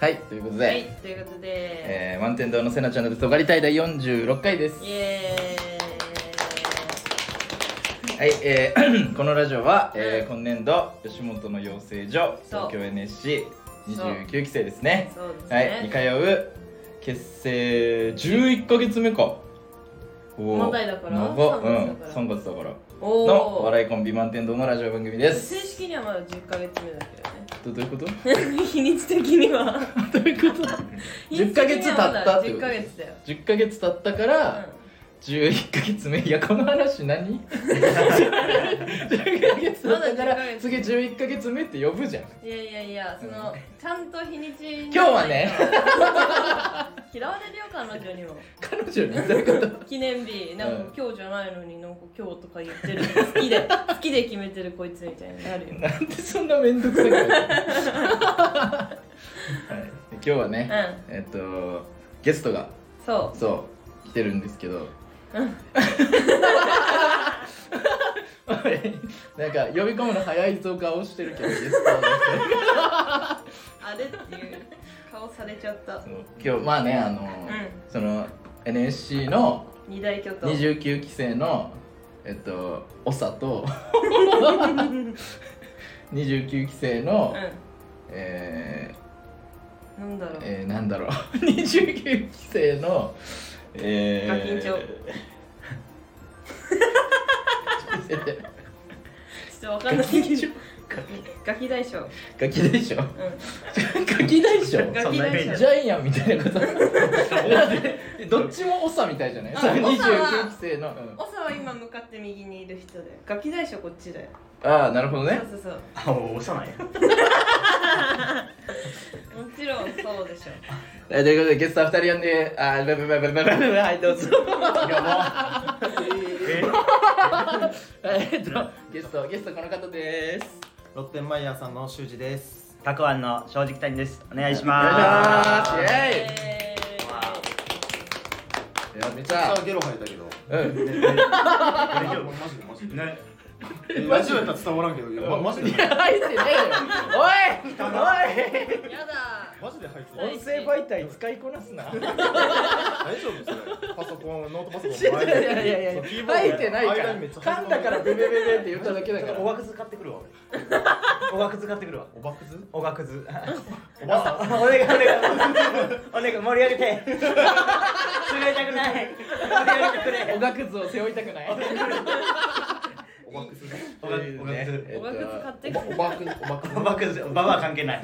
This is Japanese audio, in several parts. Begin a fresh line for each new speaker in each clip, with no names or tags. はいということで、
はい、ということで、
えー満天堂のせなちゃんの嘘がりたい第46回です
イエ
はい、えー このラジオは、えー
うん
今年度吉本の養成所
そう
東京 NSC29
そう
期生です
ーイ
ね
そうですね、
はいに通う結成11か月目かおー
まだだから
長っう
3
ん
月だから
3月だから
おー
のお笑いコンビ満天堂のラジオ番組です
正式にはまだ10ヶ月目だけ
どどういうこと
どね 日にち的には
どういうこと10ヶ 月経ったってこと
10ヶ月だよ、
10ヶ月経ったか
う
ら、
ん
11ヶ月目いやこの話何 ?10 ヶ月だったから
まだ10ヶ月
次11ヶ月目って呼ぶじゃん
いやいやいや、その、ちゃんと日にち。
今日はね。
嫌われるよ、彼女にも。
彼女にどういうこと
記念日、なんか、
うん
今日じゃないのに、なんか今日とか言ってる。好 きで、好きで決めてるこいつみたいになるよ。
なんでそんな面倒くさくなるはい、今日はね、
う
えっとゲストが
ん、そう。
そう来てるんですけど、おいなんか呼び込むの早いぞ顔してるけどゲストは
あれっていう顔されちゃっ た。
そう今日まあねあの、
ん
その NSC の
二大巨頭。
29期生のえっと長と29期生の、
う
えー
ん。なんだろう。
えー、なんだろう29期生のえー、
ガキンチョ
ちょっと待って
ちょっとわか
ガ
ん ない
キン
け
チョ
ど。ガキ大将。うん。
ガキ大将ガキ大将
ガキ
そんなイ
大
メー
将。
ジ
ジャイアンみたいなことだってどっちも長みたいじゃない
あ
その
長
29期生の、うん
オサは今向かって右にいる人だよ。ガキ大将こっちだよ。
ああなるほど
そう
ね
そうそう。
あ、もう押さない。
もちろんそうでしょ。
えーということでゲストは2人呼んであーブブブブブブブブはいどうぞ
え
えっとゲストゲストこの方です
ロッテンマイヤーさんの修二です。
たくあんの正直谷です。お願いし
お願い
ま
しま
す。
すイエーイ
えー
わあ
いやめち
さ
ゃ
あゲロ吐いたけど。
うん
大
大
丈
マジでマジで。
ね、
えラジオやったら伝わらんけど、いやまマジで。
いや入ってねえよおい
やだ
マジで吐いて
おい
る。
音声媒体使いこなすな
大丈夫それ。パソコンノートパソコン。
いやいやいやいや
キーボード
入ってないから
間にめっちゃ入
噛
ってる
んだからベベベベって言っただけだか
お
ら
がくず買ってくるわ。俺おがくず買ってくるわ。
おばくず？
おがくず。
お
お願いお願いお願い盛り上げて。滑りたくない。盛り上げてくれ。
おがくずを背負いたくない
おばくずね。
おが
という
おがくず。
ね
おがくず買ってく
おばくずおばくず
おばくず、ばばは関係ない。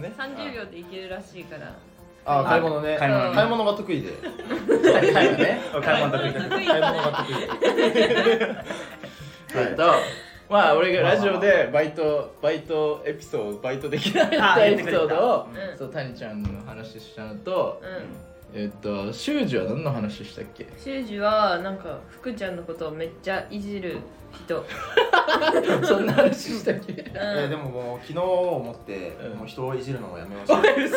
ね
30秒でいけるらしいから
あ買い物ね。
買い物
ね
買い物が得意で。
二人だよね
お買い物得意
得意
買い
だ
物
ね
が得意で。
えっとまあ俺がラジオでバイトバイトエピソードバイトできなかった
あ
エ
言っ
ピ
て
ソ
くれた
ードを
うん
そう谷ちゃんの話したのと
うん
えっと修二は何の話したっけ
修二はなんか福ちゃんのことをめっちゃいじる人
そんな話したっけ
う
えー
ん
でももう昨日をもって
うん
もう人をいじるのをやめまし
お
た。
い嘘つけ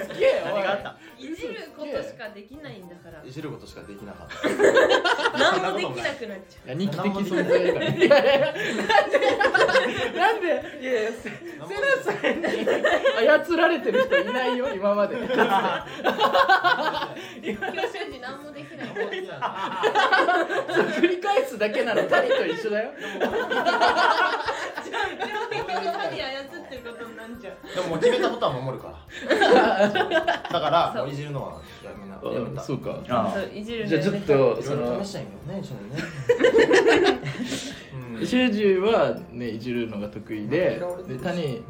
嘘つけおい
何があった。
いじることしかできないんだから
いじることしかできなかっ
何もできなくなっちゃ
いや二期的存在だからいやいやなんでなんでいやいやセ
た。
ナさんに操られてる人いないよ今まで
う今日修二何もで きないから
繰り返すだけなの谷と一緒だよ
基本的に神操ってることになっちゃう
でももう決めたことは守るから。だからもういじるのはやめなやめた。
そうか
あ
そういじるの
じゃあちょっ
やめ
と
い
そ
ろいろ
の
試したいけどね、一緒にね。 うん
修二はねいじるのが得意で
嫌われて
で
るし
谷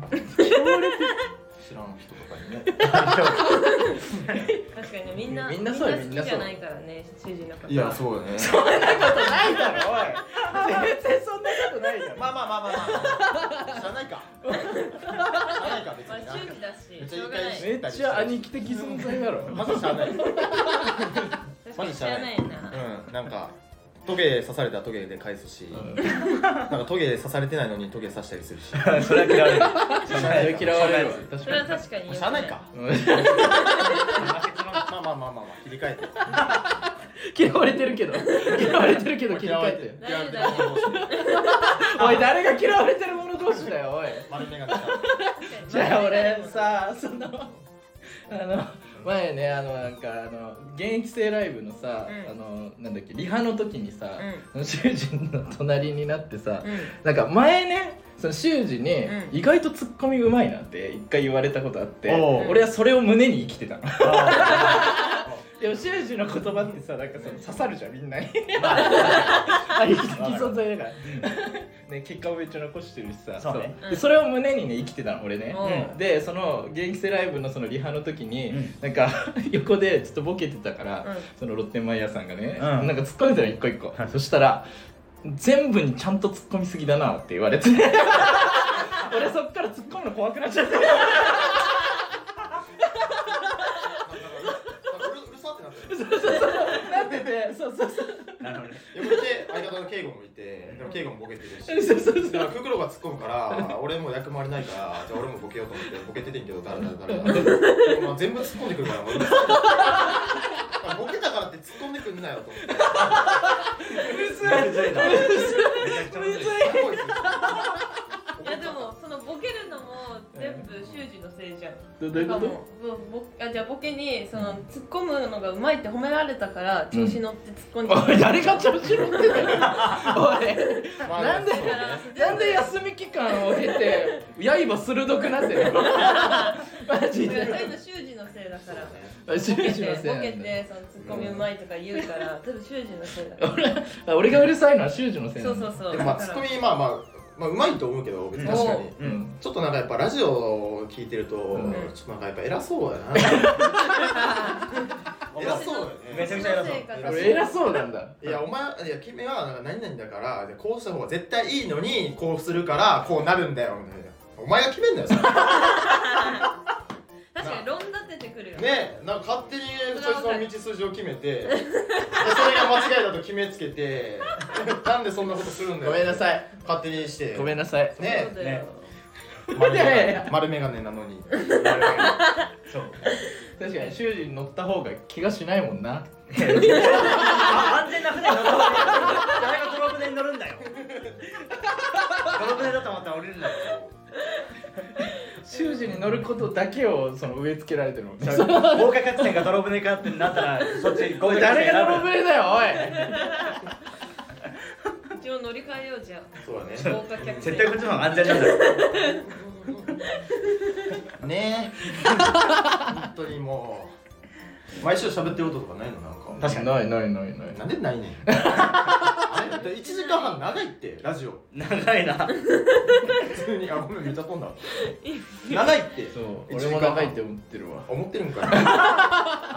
知らん人とかにね。
た確かにみんな
みんなそうよ
みんな好きじゃないからね修二のこと
いや、そうだね。
ないだろおい全然そんなことないだろ
まあまあまあまあまあ。知らないか。知らないか、別
まあ
にな。
修二だししょうが
めっちゃ言い
な
返
い
し
めっちゃ兄貴的存在だろ
まず知らない。う
確かに知らないな。
ん、なんか。トゲ刺されたらトゲで返すし、
うん
なんかトゲ刺されてないのにトゲ刺したりするし。
あ。それは嫌われる。
嫌われるわ確
それ
か
は確かに。
知らないか。。
に
まあまあまあまあまあ、切り替えて。
嫌われてるけど嫌われてるけど切り替えて
大丈夫
嫌われてる
おい誰が嫌われてる者同士だよおい
丸眼鏡した。
確かに
じゃあ俺さそのあの前ねあのなんかあの現役生ライブのさ、
うん
あのなんだっけリハの時にさ、
うん
その修二の隣になってさ、
うん
なんか前ねその修二に
うん
意外とツッコミうまいなって一回言われたことあって、
おう
俺はそれを胸に生きてたの
あ
でも修二の言葉ってさなんかその刺さるじゃんみんなに
ーまあ
あいい存在だから、ね、結果をめっちゃ残してるしさ
そうね
でそれを胸にね生きてたの俺ね、
うん
でその現役生ライブのそのリハの時に、
うん
なんか横でちょっとボケてたから、
うん
そのロッテンマイヤーさんがね、
うん
なんか突っ込んでたの一個一個、
はい
そしたら全部にちゃんと突っ込みすぎだなって言われて俺そっから突っ込むの怖くなっちゃって
うるうるさってなってる
なっててそうそうそう
なるほどね
横にいて相方の敬語もいてでも敬語もボケてるし
そうそうそう
だからククロが突っ込むから俺も役回りないからじゃあ俺もボケようと思ってボケててんけど誰誰誰誰もう全部突っ込んでくるからもううるさいだからボケたからって突っ込んでくんなよと思って
うる
む
さい
ずいなこいつ
いやでもそのボケるのも全部修二のせいじゃん。
どどういう
な
こ
んか
と
もうもうぼあじゃあボケにその突っ込むのがうまいって褒められたから調子乗って突っ込んで
おい誰が調子乗ってたよおい
まあ
なんで
そうね
なんで休み期間を経 て刃鋭くなって るのマジ
だから
で
全部修二のせいだから。
修
ボケ
二
て
のせい
ボケ
なんだ
てそのツッコミうまいとか言う から多分修二のせいだから。
俺俺がうるさいのは修二のせい
そ
な
うんそ
だ
うそう。
でもまあ
だ
ツ
か
ッ
ら
コミまあまあまあうまいと思うけど別に確かに
う
うん
ん
ちょっとなんかやっぱラジオを聞いてると、
うん
ちょっとなんかやっぱ偉そうだな偉そうだよね
めちゃくちゃ偉そう
私のせいか
俺偉そうなんだ
いやお前いや君はなんか何々だからこうした方が絶対いいのにこうするからこうなるんだよみたいなお前が決めんだよそれ
確かに論立ててくるよね。
ねなんか勝手にそいつの道筋を決めてでそれが間違いだと決めつけてなんでそんなことするんだよ
ごめんなさい
勝手にして
ごめんなさい
ね
そうだよ
ね
丸
いやいや
眼丸眼鏡なのに丸眼鏡
そう
確かに修二に乗った方が気がしないもんな
あ安全な船乗ろう誰が泥船に乗るんだよ泥船だと思ったら降りるんだよ
修二に乗ることだけをその植え付けられてるもん
それ豪華客船か泥船かってなったらそっち豪華客船
誰が
選
泥
ぶ
笛だよお
一応乗り換えようじゃん。
そうだね
豪華客
絶対こっちの方が安全なんだよ
ねえ本当にもう毎週喋ってることとかないのなんか
確か
い
に
ないないないない
なんでないねんあれだって1時間半長いってラジオ
長いな
普通にあごめんめっちゃ飛んだ長いって
そう
一
俺
時
も
間半
長いって思ってるわ
思ってるんかな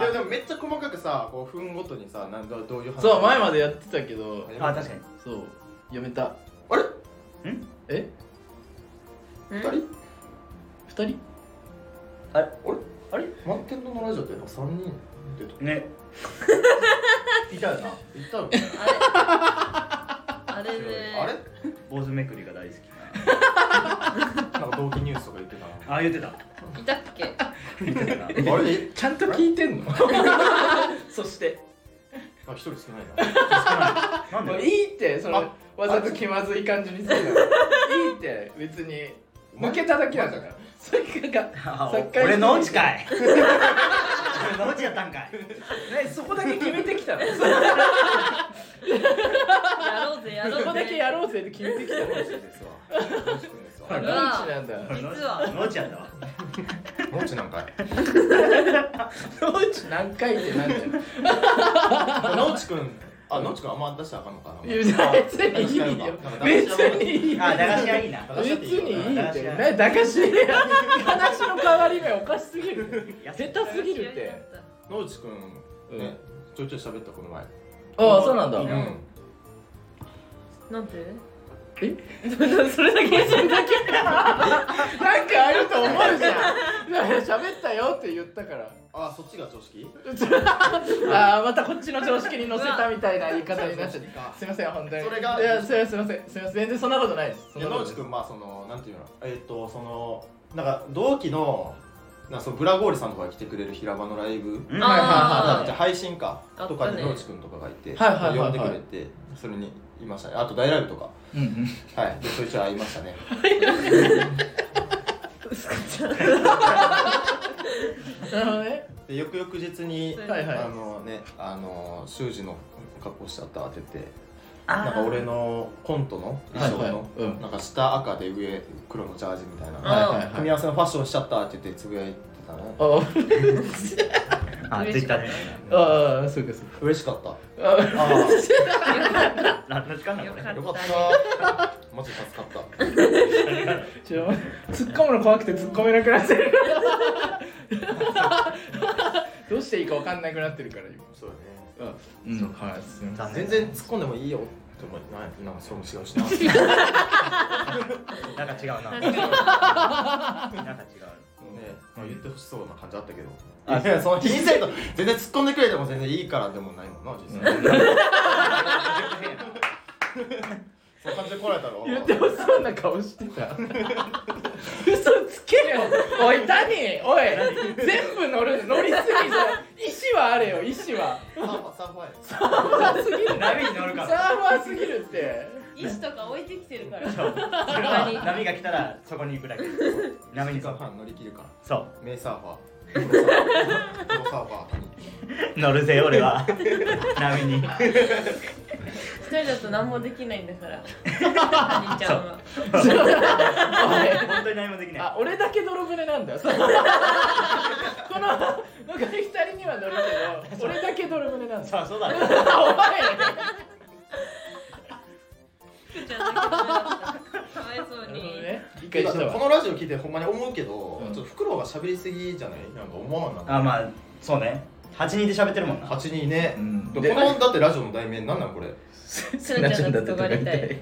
でもでもめっちゃ細かくさこう分ごとにさなんどどういう話
そう前までやってたけど
あ確かに
そうやめた
あれ
え
二人
二人
あれ
あれ満天堂のラジオってやっぱ3人出た
ね
いたよないたよね
あれね。
あれ
坊主めくりが大好き
なんか同期ニュースとか言ってた
なあ言 ってた
いたっけ？
言ってたな
なあれ
ちゃんと聞いてんの そして
あ一人少ないな
なん
もう
で
いいってその
あ
わざと気まずい感じにするのいいって別に抜けただけなんだからそれが
あ
作家
俺のうちかい 俺のうちやったんかい
ねそこだけ決めてき たの
やろうぜやろうぜ。
そこだけやろうぜって決めてきたの
よろしいですわよろしくですわ
あ
は
リ
い
ーチなんだ
実は
のうちやったわ
もうちなんかい
ローチ何回ってなんだよ
野内くんあ野内くんあんま出したらあかんのかない
や別にいいよ別にいいよ
あ駄菓子屋いいな
駄菓子屋
別
っていいよ
にいい
駄
っ
菓子
て
屋
ね駄菓子屋話の変わり目おかしすぎる
安
下
い
手すぎるって。
野内くんねちょいちょい喋ったこの前
ああそうなんだ
うん
なんて？
え？
それだけじゃん。
なんかあると思うじゃん 喋ったよって言ったから
あそっちが常識
あーまたこっちの常識に乗せたみたいな言い方になっちゃった すいません本当に
それが
いやすいませんすいませんすいません全然そんなことないですそん
いや
なこ
野
と
内く
ない
んまあそのなんていうのえっとそのなんか同期のなんかそのブラゴーリさんとかが来てくれる平場のライブ
うん
はい
あ
あ
じゃあ配信か
あったね
とかに野内くんとかがいて
はいはいはいはい
呼んでくれてそれにいましたねあと大ライブとか
うんうん
はいでちょいちょい会いましたね
薄かちゃん
なるほどね
で翌々日に
そ、う
はいはい
あのねあの修二の格好しちゃったって言って
あー
なんか俺のコントの
は
衣
い
装の、
はいうん
なんか下赤で上黒のジャージみたいな、
あ
組み合わせのファッションしちゃったって言ってつぶやいてたね
あ
あ
嬉
ツイ
し
ッタ
かっ
ーで
ああそうかそうか
嬉しかった
あ
ああ
な何時間なの
よ
こ
か
れ
った
よかった マジ助かった
ちょ突っ込むの怖くて突っ込めなくなって るどうしていいか分かんなくなってるから今
そうだね
うん、うん、はいすいません
残念
全然突っ込んでもいいよって思いないなんかそれも違 うしな
なんか違うななんか違
確
う
か
ねまあ、言ってほしそうな感じあったけど
あ
いやその気にせんと全然突っ込んでくれても全然いいからでもないもんな実際、そう感じで来られたろ
言ってほしそうな顔して た嘘つけよおい谷おい全部乗る乗りすぎじゃん意思はあれよ意思は
サーファーサーファーや
サーファーすぎる
波に乗る
サー
から
ファーすぎるって
医師とか置いてきてるから
そうそれは波が来たらそこに行くだけ波に
サ
そ
ー
う
ファー乗り切るから
そう
名サーファープロサーファープロサーファー谷
乗るぜ俺は波に
一人だと何もできないんだから兄ちゃんは
本当に何もできない
あ俺だけ泥船なんだそうこのなんか2人には乗るけど俺だけ泥船なんだ
そうそうだね
お前
福ちゃんだけダメだったかわいそう
なるほど
に
ね理解したわ
このラジオ聞いてほんまに思うけど、
うん
ちょっとフクロウが喋りすぎじゃないなんか思わんな
あまあそうね8人で喋ってるもんな
8人ね、
うん
でこのだってラジオの題名なんなんこれ
スナちゃんだって尖りたい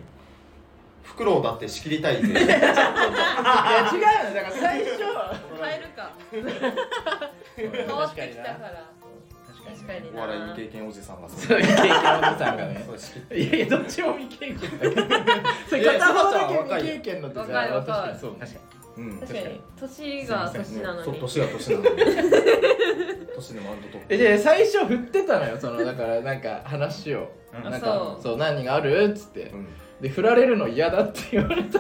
フクロウだって仕切りた いぜ
いや違うのだから最初
変えるか変わっ
確
て
か
き
に
た
な
から確かに
お
な
笑い未経験おじさんが
そういう経験おじさんがね
そう仕切って
いやいやどっちも未経験だけどそれ
いや
片方だ
その人は
け
若いよ
未経験のって
若い若い
確かにそうね
確か
うん
確かに年が年なの
そう
に
年が年なのに年でもあんとと
えで最初振ってたのよそのだからなんか話を
うん
なん
あ
か
そう
そう何があるっつって
うん
で振られるの嫌だって言われた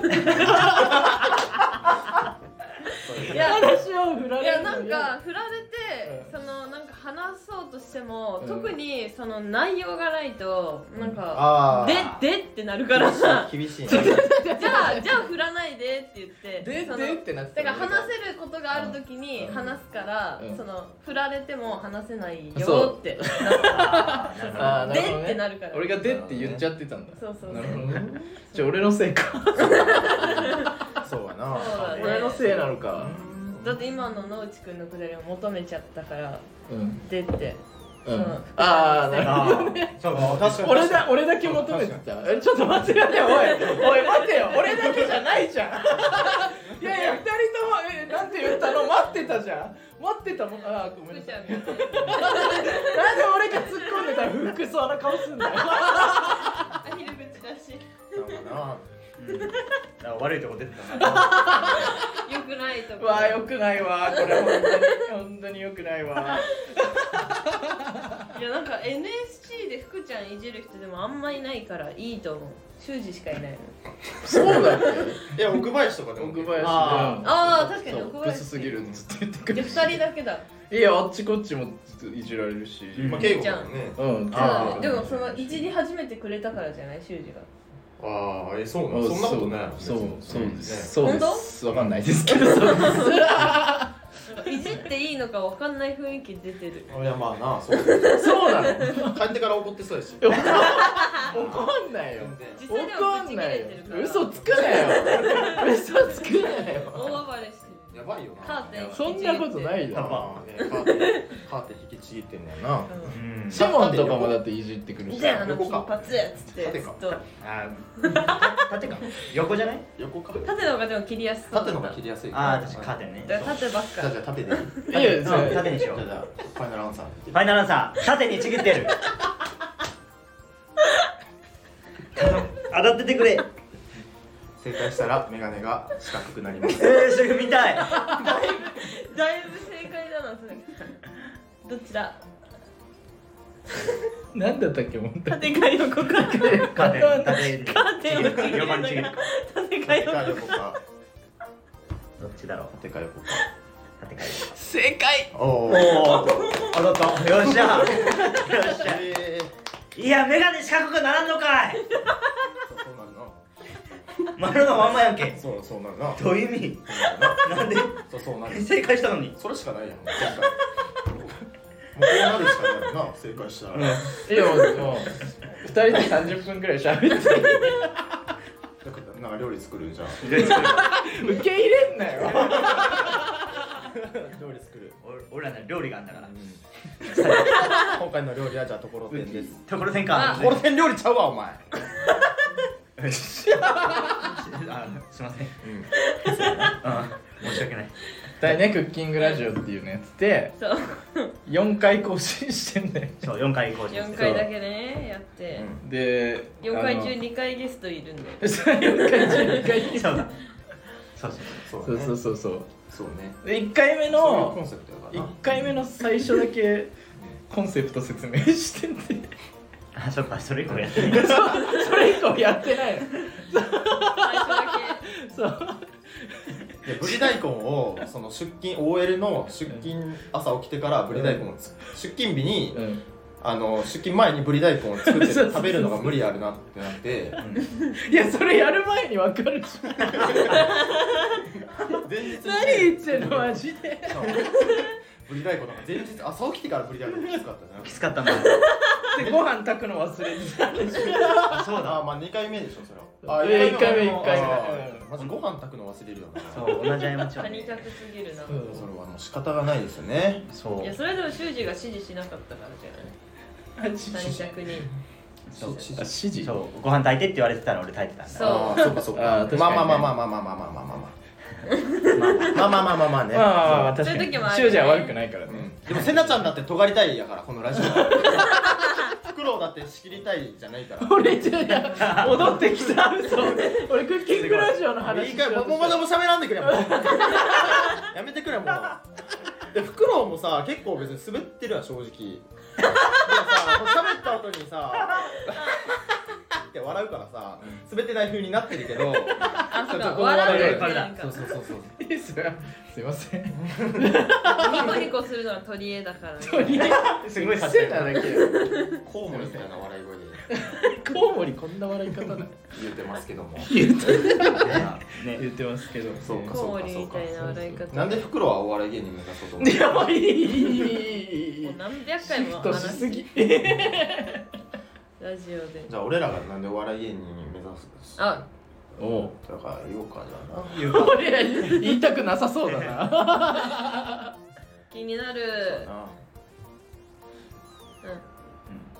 いや
話を振ら
い
れ
や
るの
なん
嫌だ
か振られて、
うん
そのなんか話そうとしても、
うん
特にその内容がないとなんか、
ああ
ででってなるからじゃあ
厳 しいな
じゃあ振らないでって言って
で
その
でってなって
だから
た
話せることがあるときに
うん
話すから、
うん
その振られても話せない
そう
よって
あーなるほ ど
あーな
で
るほど
っ
ね
てなるから
俺がでって言っちゃってたんだ
そうそうそう
なるほどねじゃあ俺のせいか
そうやな
そうだね
俺のせいなのか
だって今の野内くんのくだりを求めちゃったから
うん
でって
う
うん
んああなるほど
あーそう
あ確かに
俺だ俺だけ求めてたえちょっと待って待っておいおい待てよ俺だけじゃないじゃ んいやいや二人ともえなんて言ったの待ってたじゃん待ってたもんあーごめんな
福ち
さ
ゃ
い
んが
なんで俺が突っ込んでたら不服そうな顔すん だよ
アヒル口だ し
なんかな
うんだから悪いとこ出てたな
良くないとこ
うわーよくないわーこれ本当に本当によくないわ
いやなんか NSC で福ちゃんいじる人でもあんまいないからいいと思う修二しかいないの
そうだっけ
いや奥林とかでも
奥林
あ
あー確かに
そう
奥林
ブスすぎるずっと言ってく
で
る
2人だ けだ
いやあっちこっちもいじられるし
うん
まあ稽古もね
うん
あ
ー
でもそのいじり始めてくれたからじゃない修二が
ああえそうな
あ
のそんなことない
そうそうで
ね
すそう
本当
ですわかんないです けどそうです
なんかいじっていいのかわかんない雰囲気出てる
いやまあなそう
そうなの
帰ってから怒ってそうやし
怒んないよ
実際でも
怒
ぶ
ん
ち切
な
れ
いよ
てるから
嘘つくなよ嘘つくなよ
大暴れして
やばいよ
る
な
カーテン引きち
そん
ぎって
なことない
カ
よ
ーテンカーテンカーテン引きちぎってんだよな
うん
うん
シモンとかもだっていじってくるし
じゃああの金
横か
髪っつって
縦
ず
か
っと
あー縦か横じゃない
横か
縦の方がでも切りやすそうだった
縦の方が切りやすい
ああ確かにカーテンね
だから縦ばっか
じゃあじゃあ縦でいい
いやいや
うん
それ
縦にし
じゃ
よう
あ
フ
じゃあファイナルアンサー
ァイナルアンサー縦にちぎってる頼む当たっててくれえ
正解したらメガネが四角くなります
ー、それ見た
だ
い
いぶ正解だなそれどっちだ
なんだったっけ本当に
縦か横か
カーテン縦に
カーテンをちぎりなが
横にちぎる
ら縦か
縦
横
か
か
横か
どっちだろう
てかよこ
立て替
正解
かお
お
お
ー
当たった
えよっしゃよっしゃ
え
いやメガネ四角くならんのかい
そうなるな
丸のまんまやんけ
そうそうなるな
どういう意味なんで
そうそう なる
正解したのに
それしかないやん
もうこうなるしかないな正解したら
いやもう2人で30分くらい喋って
なんか料理作るじゃん
受け入れんなよ
料理作る
お俺らね料理があんだから
今回の料理はじゃあところてんです
ところてんか
ところてん料理ちゃうわお前
よしあすいません
うん
うん申し訳ない
だいねクッキングラジオっていうのやってて
そう
4回更新してんだよ
そう4回更新し
4
て
回だけねやって、
で
4回中
に
2回ゲストいるんで
4回中2回
そうだそうそう
そう
そうそうそう
だね
そう
そうね
で1回目
そういう
の
コンセプトやから
1
な
回目の最初だけコンセプト説明してて
あそっかそれ以降やってない
それ以降やってないの
最初だ
そう
でブリ大根をその出勤 OL の出勤朝起きてからブリ大根をつ出勤日に
うん
あの出勤前にブリ大根を作って
そうそうそう
食べるのが無理あるなってなって
いやそれやる前に分かるし
前日に
何言ってんのマジで
そうブリ大根なんか前日朝起きてからブリ大根がきつかったな
きつかったな
でご飯炊くの忘れてた
あそうだあまあ2回目でしょそれ
あいや一回目一回目うん
まずご飯炊くの忘れるよな
そ
そう
う同じ過ち
け
を
カニ角すぎるな、
うん
それはもう仕方がないですよね
そう
いやそれでも修二が指示しなかったからじゃ
マジ
ないカニ角に
そう
あ指示
そうご飯炊いてって言われてたら俺炊いてたんだ
そう
あーそっかそっ
あー
か
確かにね
まあまあまあまあまあまあまあまあまあまあまあまあまあまあまあね
まあ
そう
確かに
そういう時もある
修
よね
二は悪くないからね
でもせなちゃんだって尖りたいやからこのラジオフクロウだって仕切りたいじゃないから
俺じゃ戻ってきた嘘俺クッキングラジオの話
いい
しよ
か
う
い
とした
もうもうまだもう喋らんでくれもう やめてくれもうでフクロウもさ結構別に滑ってるわ正直でもさもう喋った後にさって笑うからさ滑ってない風になってるけど
あそう
ちょ
か
っとこの話
笑
題
うってなんか
そうそうそうそう
いいっすよすいません
ニコニコするのは取り柄だからね
すごい撮
せ
影
えなだけよ
コウモリみたいな笑い声で
コウモリこんな笑い方ない
言ってますけども
言って
ね
言ってますけど
そうか
コウ
そ
モ
うか
リ
そう
み
か
たいな笑い方
なんでフクロウはお笑い芸人目指そうと思っ
い
た
や も
の
ういい
もう何百
シ
回も
フト
話
し
し
すぎ
ラジオで
じゃあ俺らがなんでお笑い芸人目指す
あ
おお
だから言おうかじゃあな
言うか
俺ら言いたくなさそうだな
気になる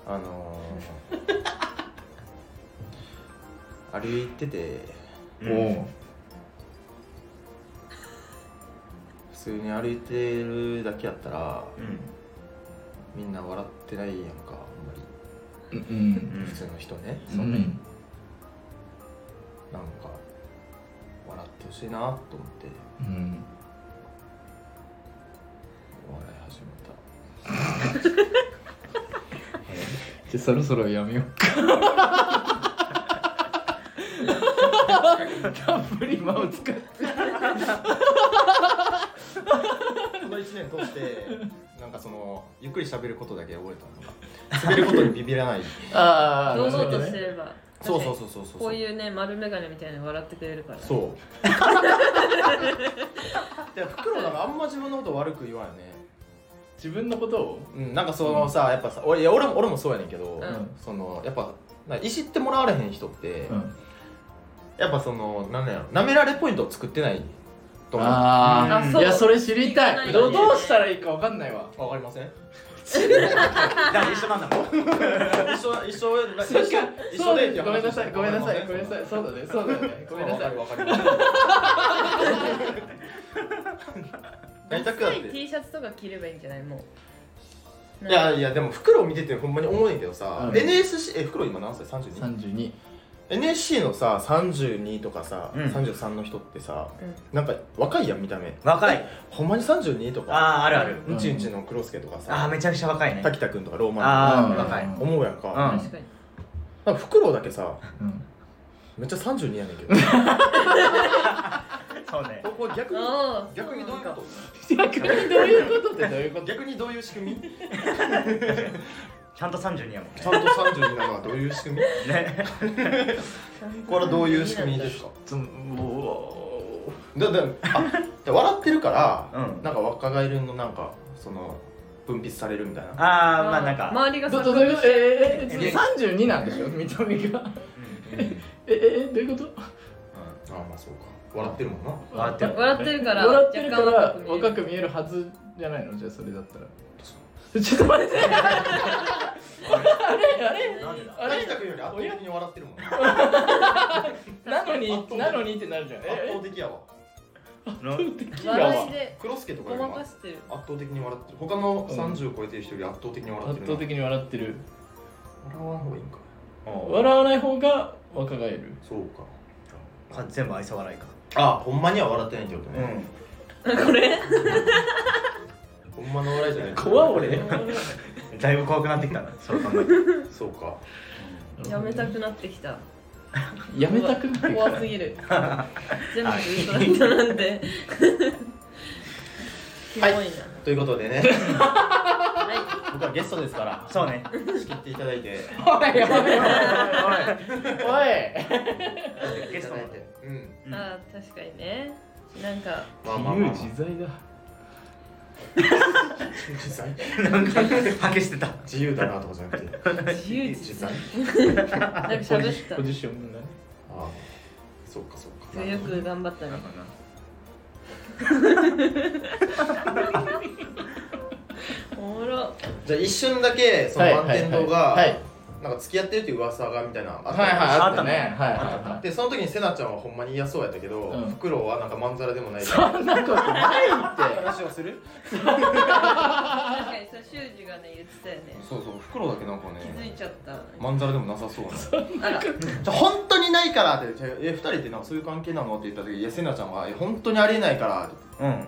あのー、歩いてて
うんうん
普通に歩いてるだけやったら
うん
みんな笑ってないやんかあんまり
うん
うん
普通の人ね、
う
そんなんなんか笑ってほしいなと思って
うん
お笑い始めた
でそろそろやめようかたっぷり間を使って
こ の1年通してなんかそのゆっくり喋ることだけ覚えた のが滑ることにビビらない
あ
堂々と
ね
すれば
そうそう
う
そうそうそう
こういうね丸眼鏡みたいなの笑ってくれるから
そう でフクロウなんかあんま自分のこと悪く言わんよね
自分のことを
うん、なんかそのさ、やっぱさ俺いや俺も俺もそうやねんけど、
ん
そのやっぱなんかいじってもらわれへん人って、
うん
やっぱそのなんだろなめられポイントを作ってないと思うわ
あ
うん
ーいやそれ知りたい
聞かない
ど
よね
どうしたらいいかわかんないわ
かりませ
だ
ん
から一緒なんだもん
一緒一緒一
そっか
一
そ
緒
うだ
で
よごめんなさいごめんなさいごめんなさ
い
いそうだねそうだねごめんなさい
わかるわかる大
ダ
体
サ
だっ
い
て
T シャツとか着ればいいんじゃないもう
いやいやでも袋を見ててほんまに思うねんけどさ、
うん
NSC え袋今何歳 32?
32
NSC のさ32とかさ、
うん
33の人ってさ
うん
なんか若いやん見た目
若い
ほんまに32とか
あああるある
うんちうんちのクロスケとか
あー
さ、
めちゃくちゃ若いね
滝田君とかローマ
あ
う
あ
ん
若い
ン思うやんか,、
うん
確かに
なんか袋だけさ
うん
めっちゃ32やねんけど
そうね
ここ逆に
お
逆にどういうこ
逆にどういうことってどういうこと
と逆にどういう仕組み
ちゃんと32やもんね
ちゃんと32なのはどういう仕組 み
ね
これはどういう仕組みです
か
か
つもう
だだあで笑ってるから、
うん
なんか若返るのなんかその分泌されるみたいな
ああまあなんか、
周りが
ど
錯
どどうい
覚
うこ
し
と
て
えええ三十二なんでしょ見た目が
うんうん
えええどういうこと
ああまあそうか笑ってるもんな
笑ってる
笑ってるから
笑ってるから
若干
若
若
く見えるはずじゃないのじゃあそれだったらちょっと待って
なんでだ
あれ
滝田君より圧倒的に笑ってるもん圧
なの
圧倒
に
的
なのにってなるじゃん
倒
え
的やわ
の
え
笑いで
クロスケとか
ご
より
ま
も
か
圧
してる
倒的に笑ってる他の30を超えてる人より圧倒的に笑っ
圧
てるな
倒的に笑ってる
笑わん方がいいんか
おう
笑わない方が若返る
そうか
か全部愛想笑いか
あほんまには笑ってないってことね、
これ
ほんまの笑いじゃない
怖っ俺
うんだいぶ怖くなってきたなそう考えて
そうか
やめたくなってきた
やめたくなってきた
怖すぎる全部嘘だったなんてキモいな
ということでね
はい
僕はゲストですから
そうね
仕切っていただいて
おいおいおい
ゲストもうん
うん
あー確かにねなんか
まあまあ
おい
まあ、
自由自在だ
自在
なんかはけしてた
自由だなとかじゃなくて
自由自
自在
在なんか喋ってた
ポジションがね
ああそうかそうか
よく頑張ったねおもろ
じゃあ一瞬だけその
はい
満天堂
は
が
い
なんか付き合ってるっていう噂がみたいなの
は
あっ
い
た
は
じ
い
ゃないですか
あったねはいはいはい
でその時にせなちゃんはほんまに嫌そうやったけど、
うん
フクロウはなんかまんざらでも ないから
そんなことないって。
話をする
確かにさ修二がね言ってたよね
そうそうフクロウだけなんか
気づいちゃった
まんざらでもなさ そうな
あら
じゃあ本当にないからって「え二人ってなんかそういう関係なの?」って言った時「いやせなちゃんがえ本当にありえないから」って
うん
なんか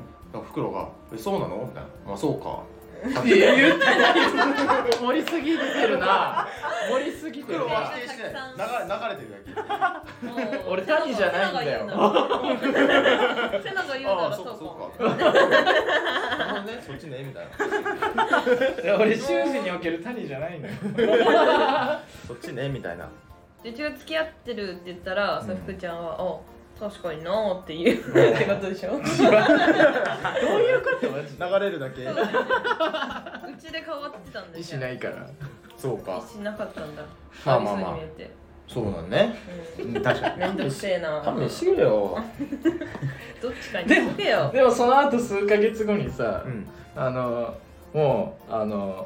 フクロウが「えそうなの?」みたいな「まあそうか」
いや言ってないよ。盛りすぎてるな。盛りすぎて
フク
る
ロウ
な
は。否定してない流れ流れてるだけ
もう
俺タニじゃないんだよ
背中言う
あ
な
あ
ら
そ
そううかも
かそうか。 なるほどねそっちねみたいな。
俺終始における谷じゃないのよ。
そっちねみたいな。
でうちが付き合ってるって言ったらさ
うん
福ちゃんは「あ確かにな」って言うってことでしょそう
どういうことマジ
流れるだ け
だ。よねうちで変わってたんだ
意
よ
思ないから。
そうか。
しなかったんだ
まあまあまあ
そういうふうに言って
そうなんね。
うん
うん確かに
めんどくせえな
勘弁してくれよ。
どっちかに行けよ
でもその後数ヶ月後にさ
う、ん。
あのもうあの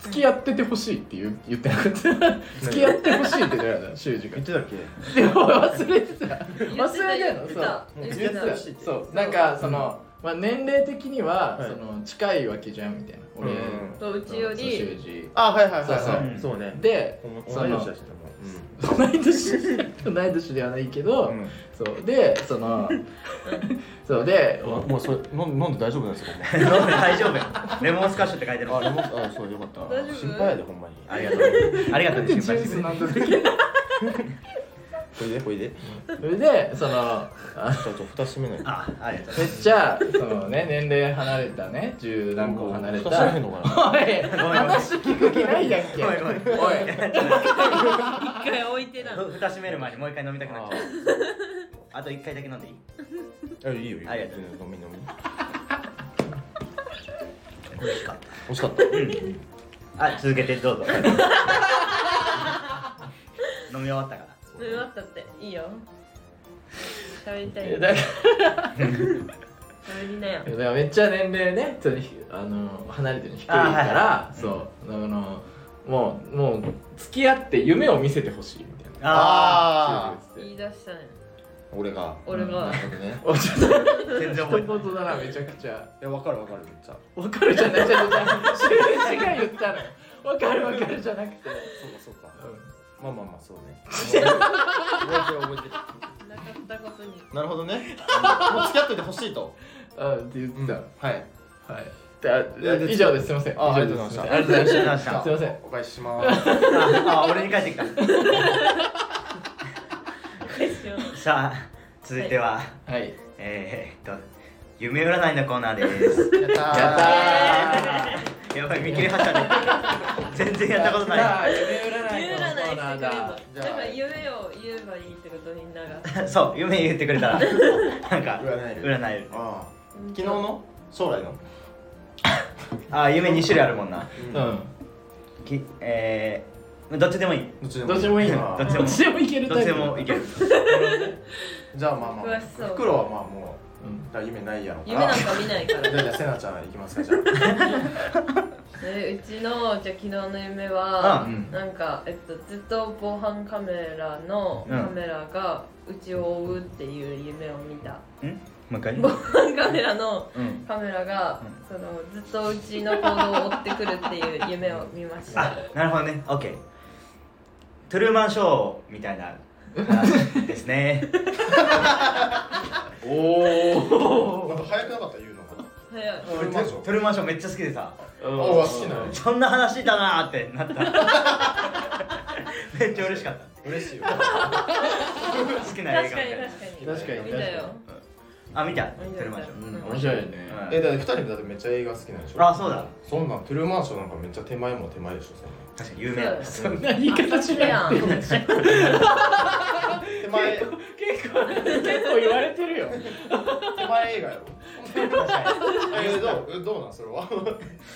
付き合っててほしいって言う言ってなかった。付き合ってほしいって言ってなかった。修二が
言っ。てたっけ？
でも忘れてた。
言ってた言ってた
忘れ
言ってて
た
た
言ってた
そうなんかその、まあ、年齢的には、
はい
その近いわけじゃんみたいな。俺、
うん
そううちよ
そう
り
修二
あはいはいはい
そう
そう
はい。そうね。
で
この
その
同い年だしで
同い年
も
同い年ではないけど、
うん。
そうでそ のそうで
あもうそれ飲ん飲んで大丈夫なんですか？
飲んで大丈夫よレモンスカッシュって書いてる
あでも あそうよかった。
大丈夫
心配やでほんまに。
ありがとうありがと
な
うんね
で
心
ジュ
配
ー
して
ス
くれ
飲
て
んだ時
ほいでほいで。
それでその
ちょっと蓋閉めない。
あありがとう
めっちゃそのね年齢離れたね十何個離れた
蓋閉めへんのかな。
おい
ごめんごめん
話聞く気ないやんけ
ご
お
め
い
んごめん
一回置いてな
ふ蓋閉める前にもう一回飲みたくなっちゃうあと一回だけ飲んでいい
あいいよいいよ。
ありがとう
飲み飲み。
これしか
惜しかった。
あ続けてどうぞ飲み終わったか
飲
ら
み終わったっていいよ喋りたい
え
よ
だか
喋りなよ
らだからめっちゃ年齢ねちょっとひあの離れてるの低いから、
あはいは
そうあのもうもう付き合って夢を見せてほしいみたいな
あ
あ
言い出したね
あ。俺が。
俺が
なるほ
お
どね。
ちょっと
あ全然覚えて
一言だなめちゃくちゃ
いやわかるわかるめっちゃ。
わかるじゃないじゃない 修士が言ったのわかるわかるじゃなくて、
そうかそうか。
う
まあまあまあそう ね。覚えてる覚えて
なかったことに
る。なるほどね。 もう付き合っといてほしいと。
ん、あって言ってた、
はい。
はいであ以上ですすいません
ああ
以
り
上
がとう
です
ございました
ありがとうございまし
ありがと
たす
うございました
いません
お返しします。
ああ俺に帰ってきた
返しよう
さあ続いては、
はい
えー、っと夢占いのコーナー です
やっ
や
たー
った
ー
やばい見切り発車 で全然やったことな
あ夢
夢
占いのコーナ
占い
ー
してくれば
だ
じゃあ
だから夢を言えばいいってことみんなが
いそう夢言ってくれたらなんか
占える
占える
ああ昨日の将来の
あー夢2種類あるもんな
うん
うん
きえー、どっちでもいい
どっちで
ど
も
っちでもいい
あ
の
どっちで
ど
も
っちでもいける
ど
タ
っ
イ
ち
プ
でもいける
じゃあまあまあ
詳しそう
袋はまあも
うん
うだから夢ないやろう
夢なんか見ない から
じゃあじゃあせなちゃんいきますかじゃ
えうちのじゃあ昨日の夢は、
うんうん
なんか、えっと、ずっと防犯カメラの
うん
カメラがうちを追うっていう夢を見た、
もう一回
防犯カメラの
うん
カメラが、そのずっとうちの行動を追ってくるっていう夢を見ました
あなるほどね OK トゥルーマンショーみたいなあですね
あおお早くなかった言うのが
早い
トゥルーマンショー
トゥルーマンショーめっちゃ好きでさ
あわ好きなの
そんな話だなーってな っためっちゃ嬉しかった
嬉しいよ
好きな
確かに
映画みたいな
確か
確かに
に見たよ
あ見た
見た見た
トゥルーマンショー
うん
面白いね
うん
えだって二人だってめっちゃ映画好きなんでしょ
あそうだ
そんなんトゥルーマンションなんかめっちゃ手前も手前でしょ
確かに有名だ
そ
そんな言い方しない
あそうやん
結
そんなん手前
構結構言われてるよ
手前映画やろえどうえどうなんそれは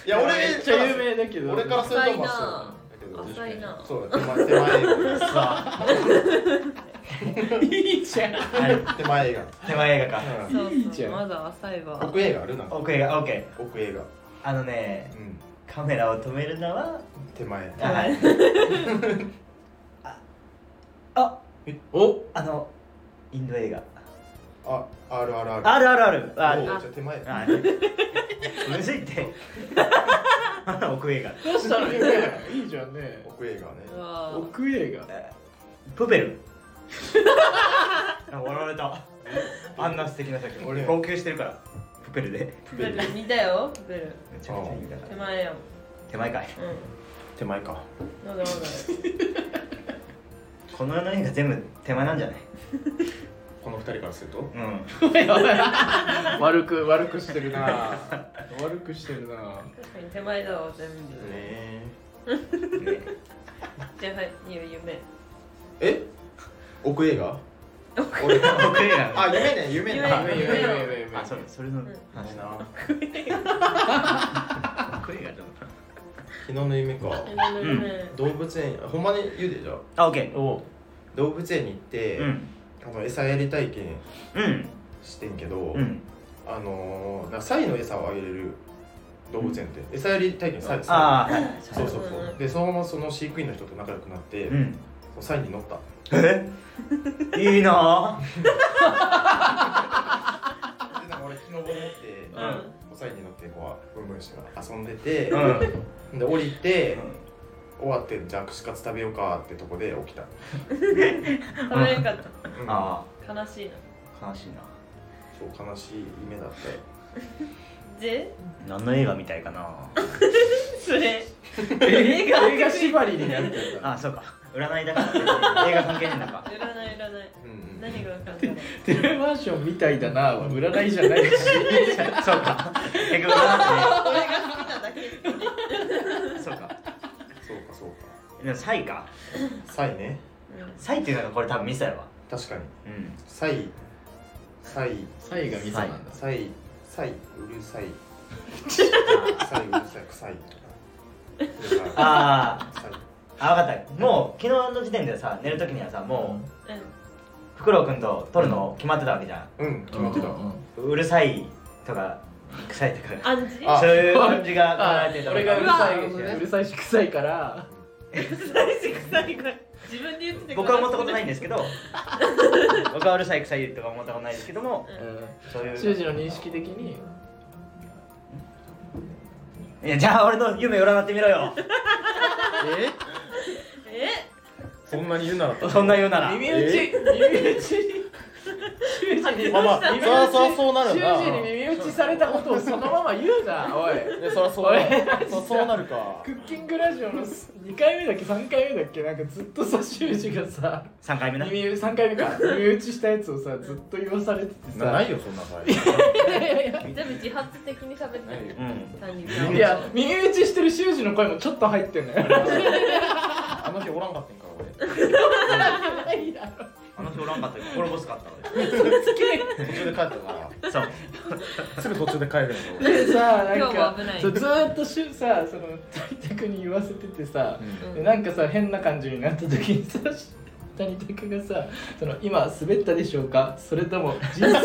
いや俺
めっちゃ有名だけど
俺からするとまあそうだ
浅いな
そうだ手前手前映画
いいじゃん
はい
手前映
手前映画か
画、
そう
いい
そ
じゃ
うんまだ浅い
うん、
わ
奥映画あるなんか
奥映画 OK
奥映画
あのね
うん
カメラを止めるのは
手前
あはいああ
お
あのインド映画
ああるあるある
あるあるあるあ
お
る
うじゃあ手前や
あむずいって奥映画
どうしたのいいじゃんね
奥映画ね
うわー
奥映画
プ ペル笑われたあんな素敵な作
俺
品号泣してるからプペルで
プペル似たよプペル
めちゃくちゃいいんだか
手
ら
前やもん
手前かい
うん
手前か
まだまだ
この世の映画全部手前なんじゃない
この二人からすると
うん
悪く悪くしてるな悪くしてるな
確かに手前だわ全部
ね
ね
じゃあはいいいよ夢
え奥映画
俺奥映画
あ夢ね夢ね
夢
あ
夢夢夢夢夢
あそうだそれの
な
話
い
だ
な
奥映画だ
昨日の夢か
夢の夢
動物園ほんまに言うでじゃあ
あオッケー
お
動物園に行って、
うん
あの餌やり体験
うん
してんけど、
うん
あのー、なんかサイの餌をあげれる動物園って、餌やり体験サイです
ああはい
そうそうそう、
うん
でそのままその飼育員の人と仲良くなって、
うん
サイに乗った
えいいな
でなんか俺木の棒持って、
うん
サイに乗ってこうブンブンして遊んでて
う、ん
で降りて、終わってじゃあ串カツ食べようかってとこで起きた、
食べれんかっ
うん
あ
た悲しいな
あ悲しいな
そう悲しい夢だったよ
で
何の映画みたいかな
それ
映画映画縛りになってる
あそうか占いだから映画関係ないのか
占い占い
うんうん
何がわかんない
テレマンションみたいだなは占いじゃないし
そうか結
俺が
局 占
好きなだけ
いねそうか
そうかそう
でもサイか
かサイね
サイっていうのがこれ多分ミサやわ
確かに
うん
サイサイ
サイがミサなんだ
サイサイうる さいサイうるさい臭いとかあ
あ
サイ
ーあ分かったもう昨日の時点でさ寝る時にはさもうフクロウくんと撮るの決まってたわけじゃ
うん決まってた
んうるさいとか臭いとか
暗示
あ
そういう感じが
あ
考えてた
俺がうるさい
わ
うるさいし臭いから
臭いし臭いから自分で言ってて
僕は思ったことないいんですけど 僕はうるさい臭いとか思ったことないですけどもそういう
修二の認識的に
いやじゃあ俺の夢占ってみ ろよ
え
え
そんなに言うなら
そんな言うなら
耳打ち耳打ち修
にどうした
まあまあそりゃそらそうなる
修
よな
士に耳打ちされたことをそのまま言うなおい
でそりゃそうなるそらそうなるか
クッキングラジオの2回目だっけ3回目だっけなんかずっとさ修士がさ
3回目な
耳3回目か耳打ちしたやつをさずっと言わされててさ
ないよそんな会
全部自発的に喋ってる
うん
三
い
人
や耳打ちしてる修士の声もちょっと入ってんのよ
あの日おらんかってんから俺
ないだろ
あの日おらんかったけど俺も欲しかった俺
途中で帰ったか
そう
らすぐ途中で帰るんだ俺
でさな
今
ん
日も
か
危ない
そうずーっとしゅさその谷田君に言わせててさ、
ん
でなんかさ変な感じになった時にさ谷田君がさその「今滑ったでしょうかそれとも人生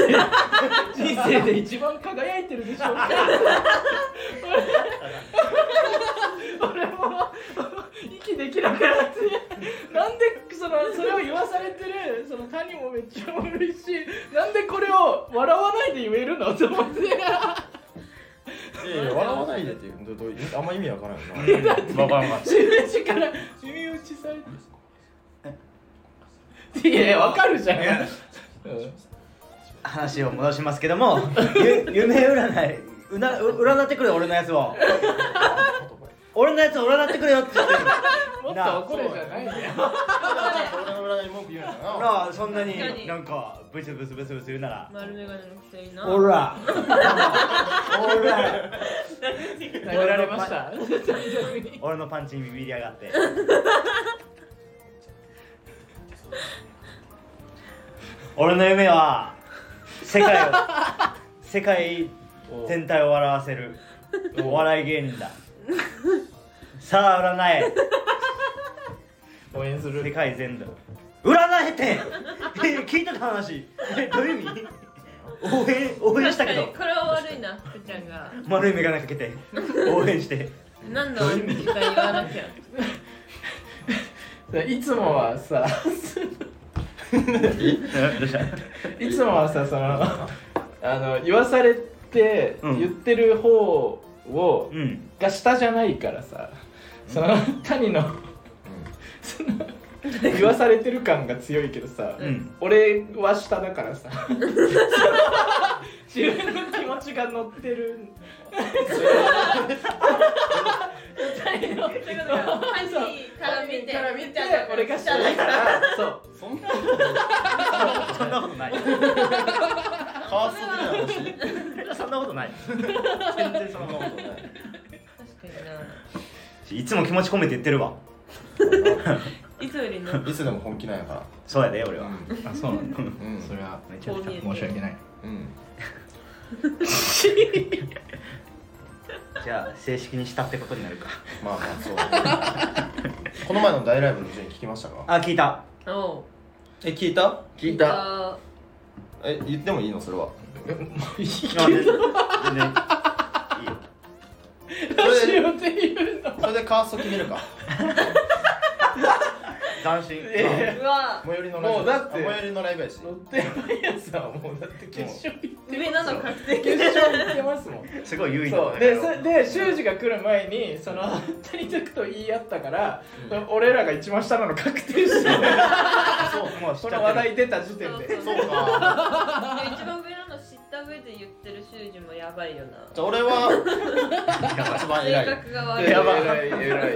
人生で一番輝いてるでしょうか?」俺も息できなくなってなんでそのそれを言わされてるその谷もめっちゃおもろいしなんでこれを笑わないで言えるのと思って。
いやいや笑わないでっていうどどういうあんま意味わからんよな
分かん ない
自分ちから自分打ちされていやいやわかるじゃん、うん
話を戻しますけどもゆ夢占いうなう占ってくれよ俺のやつを俺のやつを占ってくれよって言ってる
もっと怒れじゃないんだよ
俺の占いに文句言うんだな
なあそんな
確かに
になんかブツブツブツブツ言うなら
丸眼鏡の人いいな
オラオラ
殴られました
俺のパンチにビビりやがって俺の夢は世界を世界全体を笑わせるお笑い芸人ださあ占え
応援す
世
る
界全土占えてえ聞いた話えどういう意味応援応援したけど
確かにこれは悪いな福ちゃんが
丸い眼鏡かけて応援して
何度同じか言わなきゃ
いつもはさ
えどうした
いつもはさそのあの言わされて
うん
言ってる方を、
うん
が下じゃないからさその谷のその言わされてる感が強いけどさ、
うん
俺は下だからさ自分の気持ちが乗ってる
ってことは犯人から見て
から見て
ゃ
俺が下だからそう
そんなこと
そんなことない
カワすぎる話
そんなことない全然そんなこ
確
とない
かに
いつも気持ち込めて言ってるわ
ないつよりない
つでも本気なんやから
そうやで俺は
う
あそうなんだ
ん、うん、
それは
めちゃくちゃ
申し訳ない
うん
じゃあ正式にしたってことになるか
まあまあそうこの前の大ライブの順位聞きましたか
あ聞いた
おう
え聞いた聞いた
あ
え言ってもいいのそれは
あ全然全然いいよ
ラジオで言うの
それでカースト決めるか
斬新
え
ーうわ
最寄りのライブ
もうだって
あ最寄りのライブやし
乗ってないやつはもうだって決勝行って
上なの確定
決勝行ってますもん
すごい優位な
そうでそで修二が来る前にその谷徳と言い合ったから、俺らが一番下なの確定して
そうもう知っちゃ
そ
って
の
る
話題出た時
そ
点
う
で
そう
そうか
一番上なの知った上で言ってる修二もやばいよな
じゃあ俺は一番偉
性
い
格が悪い
やばい偉い偉い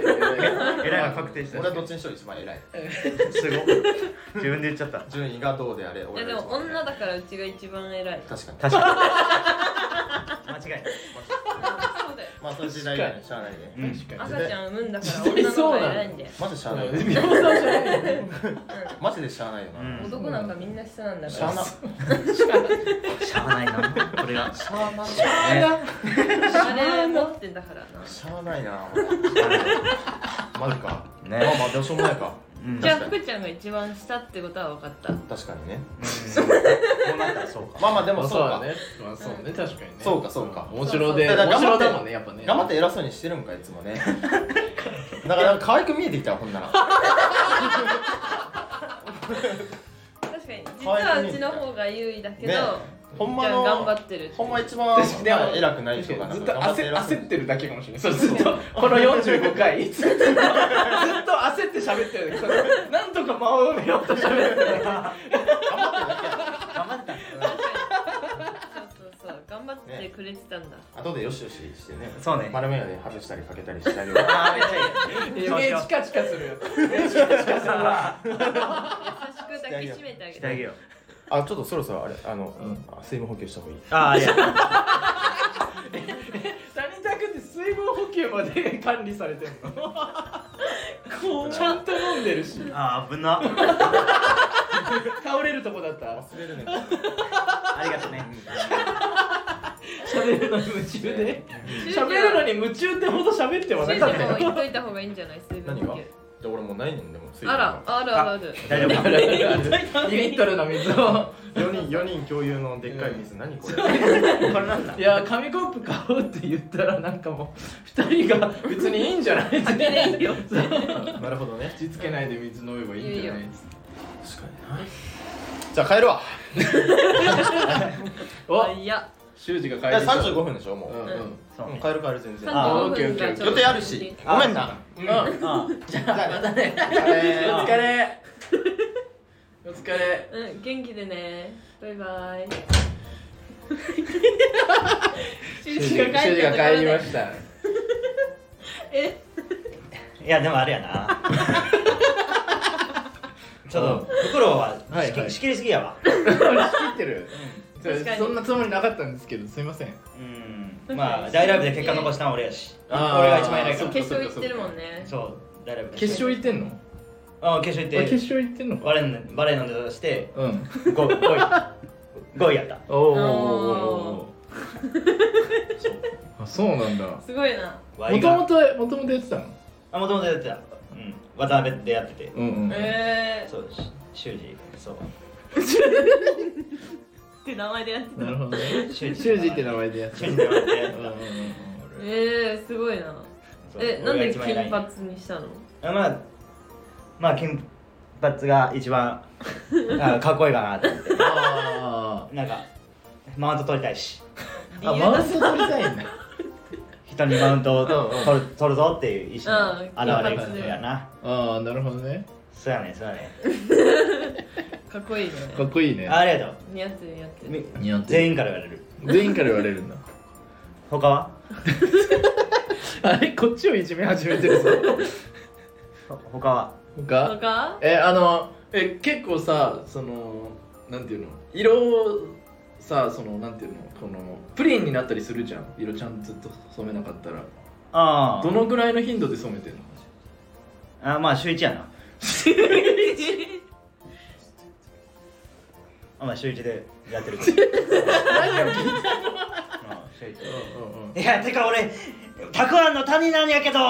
偉い
偉いが確定した
俺はどっちにしろ一番偉い
すごい自分で言っちゃった
順位がどうであれ
いや
俺
で
が
も
一番偉い
女だからうちが一番偉い
確かに
確かに間違いない
そうだよ
まあそういう時代だよねしゃあないね
うん
確かに
赤ちゃん産んだから女の方が偉いんだよ
マジでしゃあないよ
秒差じゃないよね
マジでしゃあないよな、
うん
男なんかみんな下なんだ
し
か
ゃあ
ら
な
しゃあないなこれがしゃあないし
あれ持ってんだからな
しゃあないなマジか
ね
まあまあでもしょうもないか
うん
じゃあ福ちゃんが一番下ってことは分かった
確かにね
そうこうなったらそうか
まあまあでも
まあ
そう
そうだ
か
ねまあそうね確かにね
そうかそうか
面白で
そうそう
面白だもんねやっぱね
頑張って偉そうにしてるんかいつも ねなんかなんか可愛く見えてきたわほんなら
確かに実はうちの方が優位だけど、
ねほんまの
じゃあ頑張ってる
ほんま一番
確かに
まあ偉くない人
確
か
か
な
にずっと
頑張
焦
偉そう
焦っ
に
てるだけかもしれないそうずっとこの45回 ずっとずっと焦って喋ってるだけそのなんとか間を埋めようと喋ってるだけ
頑張ってるだけや
頑張った
くれてたんだ
後でよしよししてね
そうね
丸眼鏡外したりかけたりしたり を
あーめっちゃいいそうし
目
よ
チカチカするよ
優しく抱きしめてあげ
うしてあげよう
あちょっとそろそろあれあの、あ水分補給した方がいい
ああいや
谷田君って水分補給まで管理されてるのちゃんと飲んでるし
あー危な
倒れるとこだった
忘れるね
ありがとうね
喋るのに夢中で
て
喋るのに夢中ってほど喋ってはな
中
かっ
で
た
も
よ
言っといた方がいいんじゃない水分補
何
給
がで俺もうないねんでも水
あらあるあるある
大丈 夫か
2リットルの水を
4人四人共有のでっかい水、何これ
これなんだ
いや紙コップ買おうって言ったらなんかもう2人が別にいいんじゃないって
開けれんよ
なるほどね
口つけないで水飲めばいいんじゃない
いい
確かになじ ゃあ帰るわ
お
いや
修二が帰
え
りそう
35分でしょもう、
うんうん
そう
うん
ね
帰る帰る全然
あ
35
オッケーオッケー
分がちょっと
予定あるしごめんな
うんお
あー
じゃあね
えー
疲れお疲れ
うん元気でねバイバイ
修二が帰り
修士が帰ったところ
ま
で
した
え
いやでもあれ やなちょっと袋は
はい
しき
はい
仕切りすぎやわ
俺仕切ってる
確かに
そんなつもりなかったんですけどすいません
うんまあ大ライブで結果残したのは俺やし俺
あー
が一番偉いか
そ
ら
う
決勝行ってるもんね
そう大ライブ
決勝行ってんの
あ決勝
俺
行
決
って
勝行ってんのか
バレーバレーの出だして
うん
5位5位やった
おお
お
あそうなんだも
すごいな
ワイ
と
が
もともともとやってたの
あもともとやってたうん渡辺でやってて
うんうん
えー
そうし修二そう
って名前でやってた
なるほどね
修二
修二って名前でやって
修
た
二でやって
うんうんうん
えーすごいな
そう
えなんで
俺が一番偉い
金髪にしたの
あまあまあ金髪が一 番あかっこいいかなと思って
あ
なんかマウント取りたいし
ーあマウント取りたいね
人にマウントを
うんうん
取る取るぞっていう意思の
うん
表れ
金
そ
髪
う
で
やな
ああなるほどね
そうやねそうやね
かっこいいね
かっこいいね
ありがと
似合ってる似合ってる
うみ
似合ってる
全員から言われる
全員から言われるんだ
他は
あれこっちをいじめ始めてるぞ
ほ他は
他
他
えあのえ結構さそのなんていうの色をさそのなんていうのこのプリンになったりするじゃん色ちゃんずっと染めなかったら
あ
どのぐらいの頻度で染めてんの
ああまあ週一やなあまあ週一でやって るからうん週一
うん
いやてか俺たくあんの谷なんやけ ど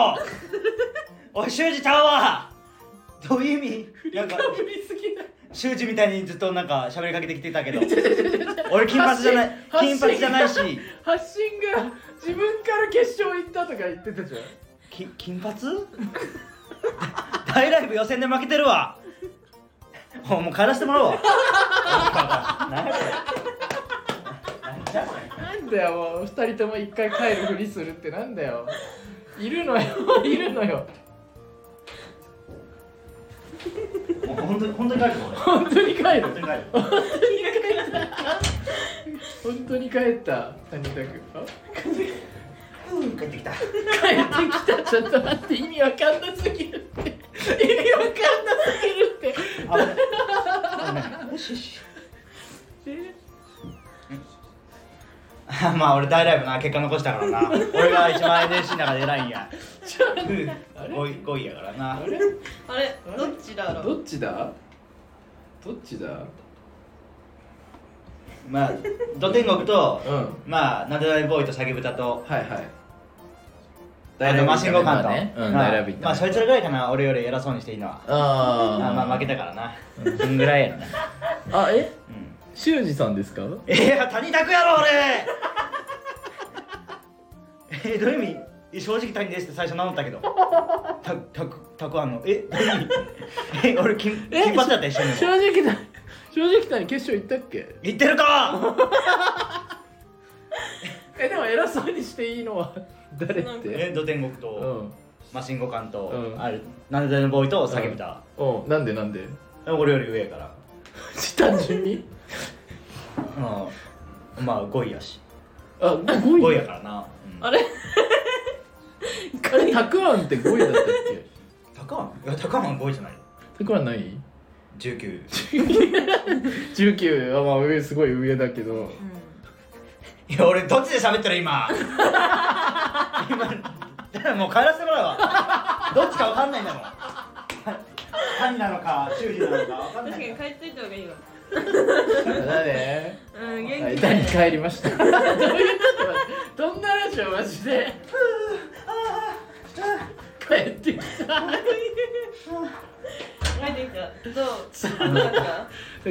おい修二ちゃうわどういう意味なんか修二みたいにずっとなんか喋りかけてきて たけど俺金髪じゃない
発信
金髪じゃないし
発信が自分から決勝行ったとか言ってたじゃん
き金 髪大ライブ予選で負けてるわもうもう帰らせても らおうわ何やこれ何じゃこれ
なんだよもう2人とも1回帰るふりするってなんだよいるのよいるのよ
もう本当に本当に帰るぞ俺
本当に帰る
本当に帰る
本当に帰った谷田君あ
うん帰ってきた
帰ってきたちょっと待って意味わかんなすぎるって意味わかんなすぎるって
危ない危ないよしよし
で
あ まあ俺大ライブな結果残したからな俺が一番 NSC の中で偉いんや5位五位やからな
あれ
あれどっちだろう
どっちだどっちだ
まあ土天国と
うんは
まあなでだいボーイと叫豚と
いはい
あとマシンゴカンと、
ねうん
まあ
大ライブ行った
まあそいつらぐらいかな俺より偉そうにしていいのは
あ
あ
ー
まあ負けたからなそんぐ らいやろな、
あえ
うん
修二さんですか
えや谷拓やろ俺 えどういう意味正直谷ですって最初名乗ったけどたたくたくあんのえどういう意味 え俺金
え
金髪だった一緒に
正
も
直だ正直だに決勝行ったっけ
言ってるか
えでも偉そうにしていいのは誰っ
え
て
土天国
う
と、
ん
マシンゴカンと、
うん
あるなんでだのボーイと叫ぶた、
うんなんでなんで
俺より上やから
単純に
うんまあ5位やし
あ
5
5
位
位
やからな、うん、
あれ
あれたくあんって5位だったっ
高はんいや高はん5位じゃない
けたくあんない
19
19はまあ上すごい上だけど
いや俺どっちで喋ったら今今もう帰らせてもらうわどっちかわかんないんだもん何なのか修理なのかわかん
確
な
かに
い
帰っといた方がいいわ
だね
うん元気
間
で
に帰りました
どんなラジオマジで帰ってきた
帰ってきたど うどうだった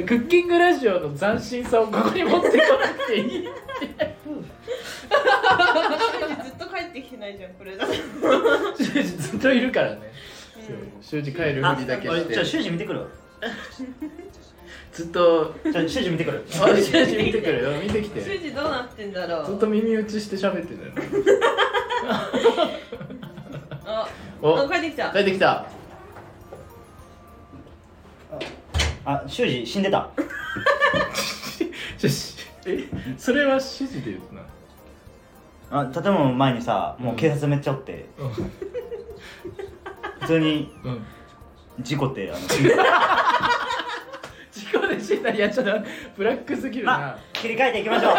クッキングラジオの斬新さをここに持ってこなくていい
私たちずっと帰ってきてないじゃんこれだって
ずっといるからね
うん
習字帰る
あ
ふりだけ
俺
し
ちょ
て
修士見てくるわ
ずっと
ちょ修士見てくる
「あっ習字見てくれよ 見てきて」
修二どうなってんだろ
ずっ
う
と耳打ちして喋ってたよ
ああ
お
帰ってきた
帰ってきた
あ修士死んでた
ちょしえそれは指示で言うな
あ建物の前にさもう警察めっちゃおって、普通に
うん
事故ってあの
事故で死んだりやっちゃったブラックすぎるな
切り替えていきましょ う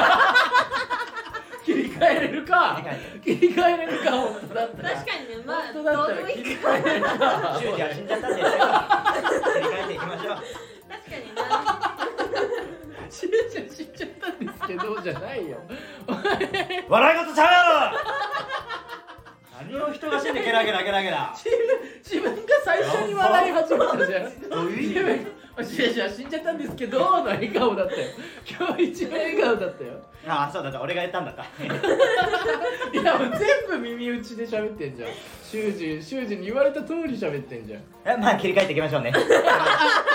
切り替えれるか切り替えれるか本当だったら
確かにねまあど
本
う
当だった
で
ら
もい
切
い
り替えれるか
修士は死んじゃったんで 切り替えていきましょう
確かにな
死んじゃ死んじゃったんですけどじゃないよ
笑い事ちゃうやろ何を人が死んでゲラゲラゲラゲラ
自分が最初に笑い始めたじゃん
どういう意
自
味
分おしやしや死んじゃったんですけどの笑顔だったよ今日一番笑顔だったよ
ああそうだった俺が言ったんだった
いやもう全部耳打ちで喋ってんじゃん修二修二に言われた通り喋ってんじゃん
えまあ切り替えていきましょう ねす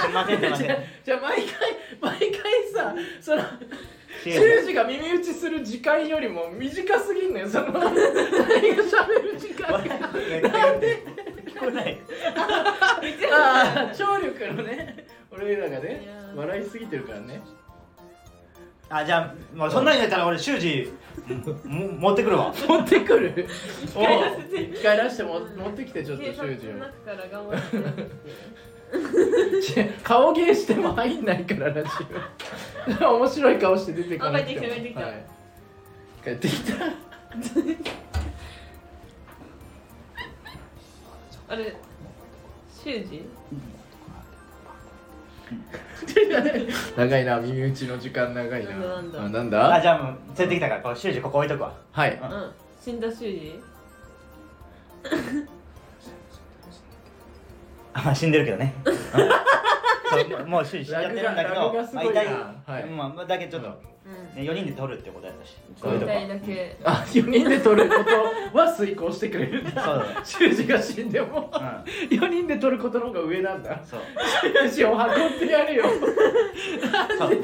いませんすいません
じゃあ毎回毎回さその
修
修二が耳打ちする時間よりも短すぎんのよその何が喋る時間が
なんで聞こえない
ああ聴力のね俺らがね
いやー
笑いすぎてるからね
あじゃあもうそんなに言ったら俺修士も持ってくるわ
持ってくるおう
帰らせて
一回出しても持ってきてちょっと
警
修
察
二を
の中から頑張って
違う顔芸しても入んないからラジオ 面白い顔して出てかなくも
あ帰ってきた
はい帰ってきた
あれ修二
長いな耳打ちの時間長いな
なんだ
あなん
あ
だ
じゃあもう連れてきたからこう修士ここ置いとくわ
はい
うん死んだ修二
あまあ死んでるけどねうんそうもうもう修士死んじゃってるんだけ
ラ
ど
グがラグがすごいな
まあ痛
はい
うんまあだけどちょっと、
う
ね、4人で取るってことやったし
そう
置
い
いうと
ん
く
と
痛
わ
いだけ
あ4人で撮ることは遂行してくれるんだ
そう
修二が死んでも
だね
4人で撮ることの方が上なん だ
うんそう
修二を運んでやるよ
そう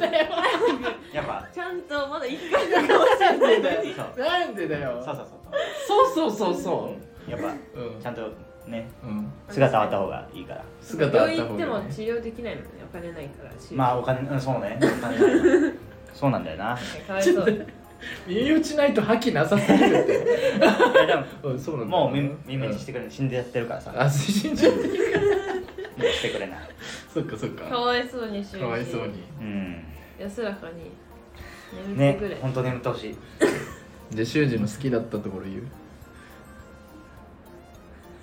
やっぱ
ちゃんとまだ一回だ
なんでだよ
そう
なんでだよ
そうそう
そうそうそうそ
そうやっぱ
ううん
ちゃんとね
うん
姿あった方がいいから
姿あっ
病院
た
行
方
っても
がね
治療できないもんねお金ないから修二
まあお金うんそうねお金ないなそうなんだよな
かわいそう
耳打ちないと覇気なさすぎるって
いやでも
うんそうなんだ
もう耳耳にしてくれない死んでやってるからさも
あ死んじゃってる
うしてくれない
そっかそっ
か
か
わいそうに修二
かわいそうに
うん
安らかに眠ってく
ね
れ、
本当眠ってほしい
じゃあ修二の好きだったところ言う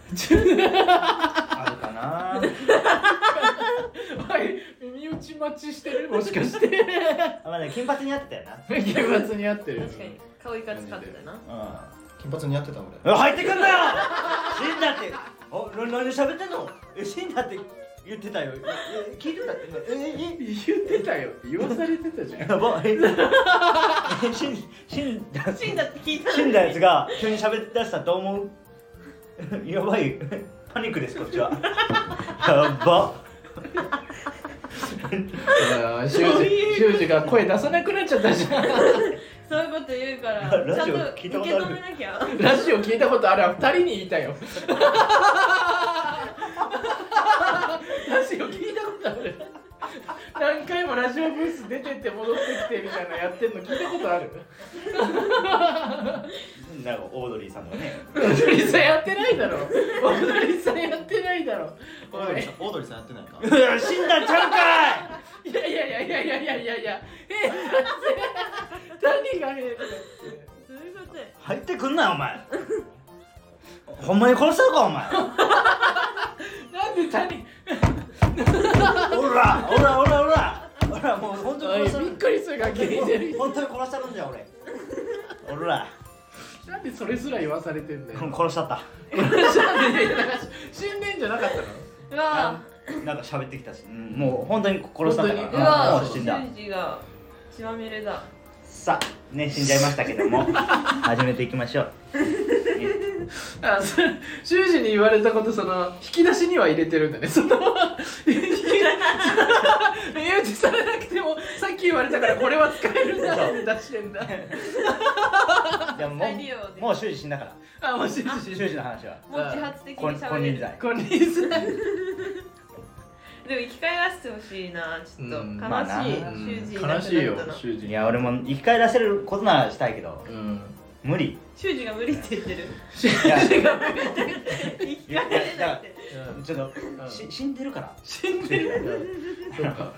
あるかな
はい耳打ち待ちしてるもしかして
あまあね金髪に合ってたよな
厳罰に合ってる
確かに顔いかつかったな
金髪似合ってた俺
うん入ってくんなよ死んだっておな何で喋ってんのえ死んだって言ってたよええ聞いてたってええ
言ってたよって言わされてたじゃん
えやばええ死ん 死んだ
死んだって聞いた
死んだやつが急に喋り出したと思うやばいパニックですこっちはやば
あー修二修二が声出さなくなっちゃったじゃん
そういうこと言うから
ラ
ちゃん
ジオ
と
聞
受
い
け
たことあ
止
る
めなきゃ
ラジオ聞いたことある二人に言いたよラジオ聞いたことある
何回もラジオブース出てって戻ってきてみたいなやってんの聞いたことある
なんかオードリーさんとかね
踊りさんやってないだろ踊りさんやってないだろ
オードリーさんオードリーさんやってないか
うわ死んだんちゃうか
いやいやいやいやいやいやいやいや変だって何が変だって
どういうことや
い入ってくんなお前ほんまに殺したのかお前
なんで谷
おらおらおらおらおらもう本当に
お
殺した
いびっくりするが聞いてる
本当に殺したるんだよ俺おら
なんでそれすら言わされてんだよ
殺しちゃった
死んでんじゃなかったの
うわ
なんか喋ってきたし、うんもう本当に殺したんだ
本
う
当
か
に
ら
わ
もう死んだ
修二が血まみれだ
さあね死んじゃいましたけども始めていきましょう
あそれ修士に言われたことその引き出しには入れてるんだねその引き出し身内されなくてもさっき言われたからこれは使えるんだろうって出してんだ
でもも
再利用で
うもう修二死んだから
あもう修士
修二の話は
もう自発的に
金
喋れ
輪
る
際
これにすら
でも生き返らせてほしいなちょっと
うん
まあな
悲しい、修二
悲しいよ
なくなったの
修二
いや俺も生き返らせることならしたいけど
うん
無 理
修二が無理って言 ってる
いやい
生き返れないって
やちょっとし死んでるから
死んでる
そうか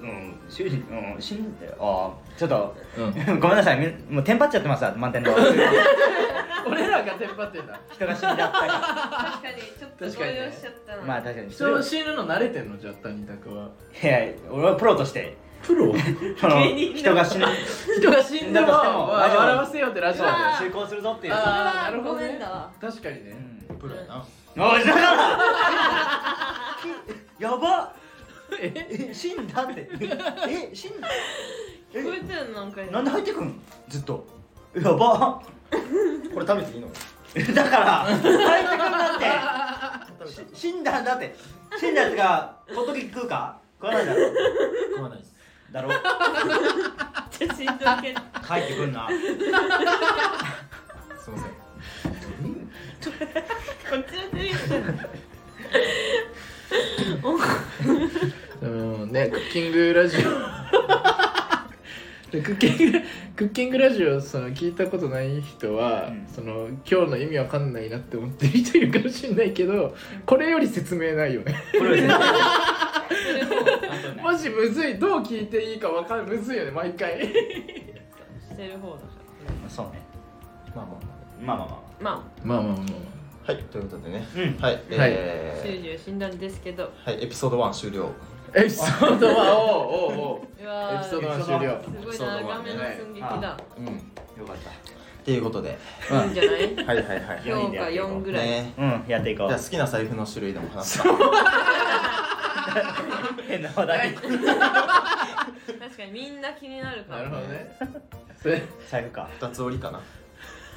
うん修二うん死んでああちょっと
うん
ごめんなさいみんもうテンパっちゃってますわ満点の
俺らがテンパってんだ
人が死んじゃったか
確かにちょっと動揺しちゃった
ら
な
まあ確かにそれ
人
は
の死ぬの慣れてんのじゃあ谷拓はい
や俺はプロとして
プロ
その
芸人の
人が死ぬ
人が死ん でも
なんかしてもラジオ
笑わせようってラジオで
うわ
遂行するぞっていう
それは
あーなるほどね
ごめんだわ
確かに
う
ね
ん
プロやな
おいだからやば
え
え死んだってえ死んだ
聞こえたよなんか
えなんで入ってくんずっとやば
これ食べていいの
えだから入ってくんだってし死んだんだって死んだやつがホットケーキ食うか食わないだろ
食わないです
だろ
ちょっとしんどいけど
帰ってくんな
すいません
こっちのセリフじゃん
うんねクッキングラジオでクッキングクッキングラジオその聞いたことない人は、
うん
その今日の意味わかんないなって思ってる人いるかもしれないけどこれより説明ないよね
これ
それも
マジむずいどう聞いていいかわかんむずいよね毎回
してる方だか
そうね
まあまあ
まあまあま
らま
まあまあまあま
はいということでね
あうん
はい
あ
え
修二は死んだんですけど
ーはいエピソード1終了
あエピソードはおうおうおう
うわ
エ
ー
ピソードは終了
すごい長めの寸劇だ
うんっ
よかって
いうことで
いいんじゃない
はいはいはい
やいい
評
んだ
価
よ
4ぐらい、
ね
たうんやっていこ
じゃあ
う
好きな財布の種類でも話した
変な話題
確かにみんな気になるか
なる
ら
ほどねそれ
財布か
二つ折りかな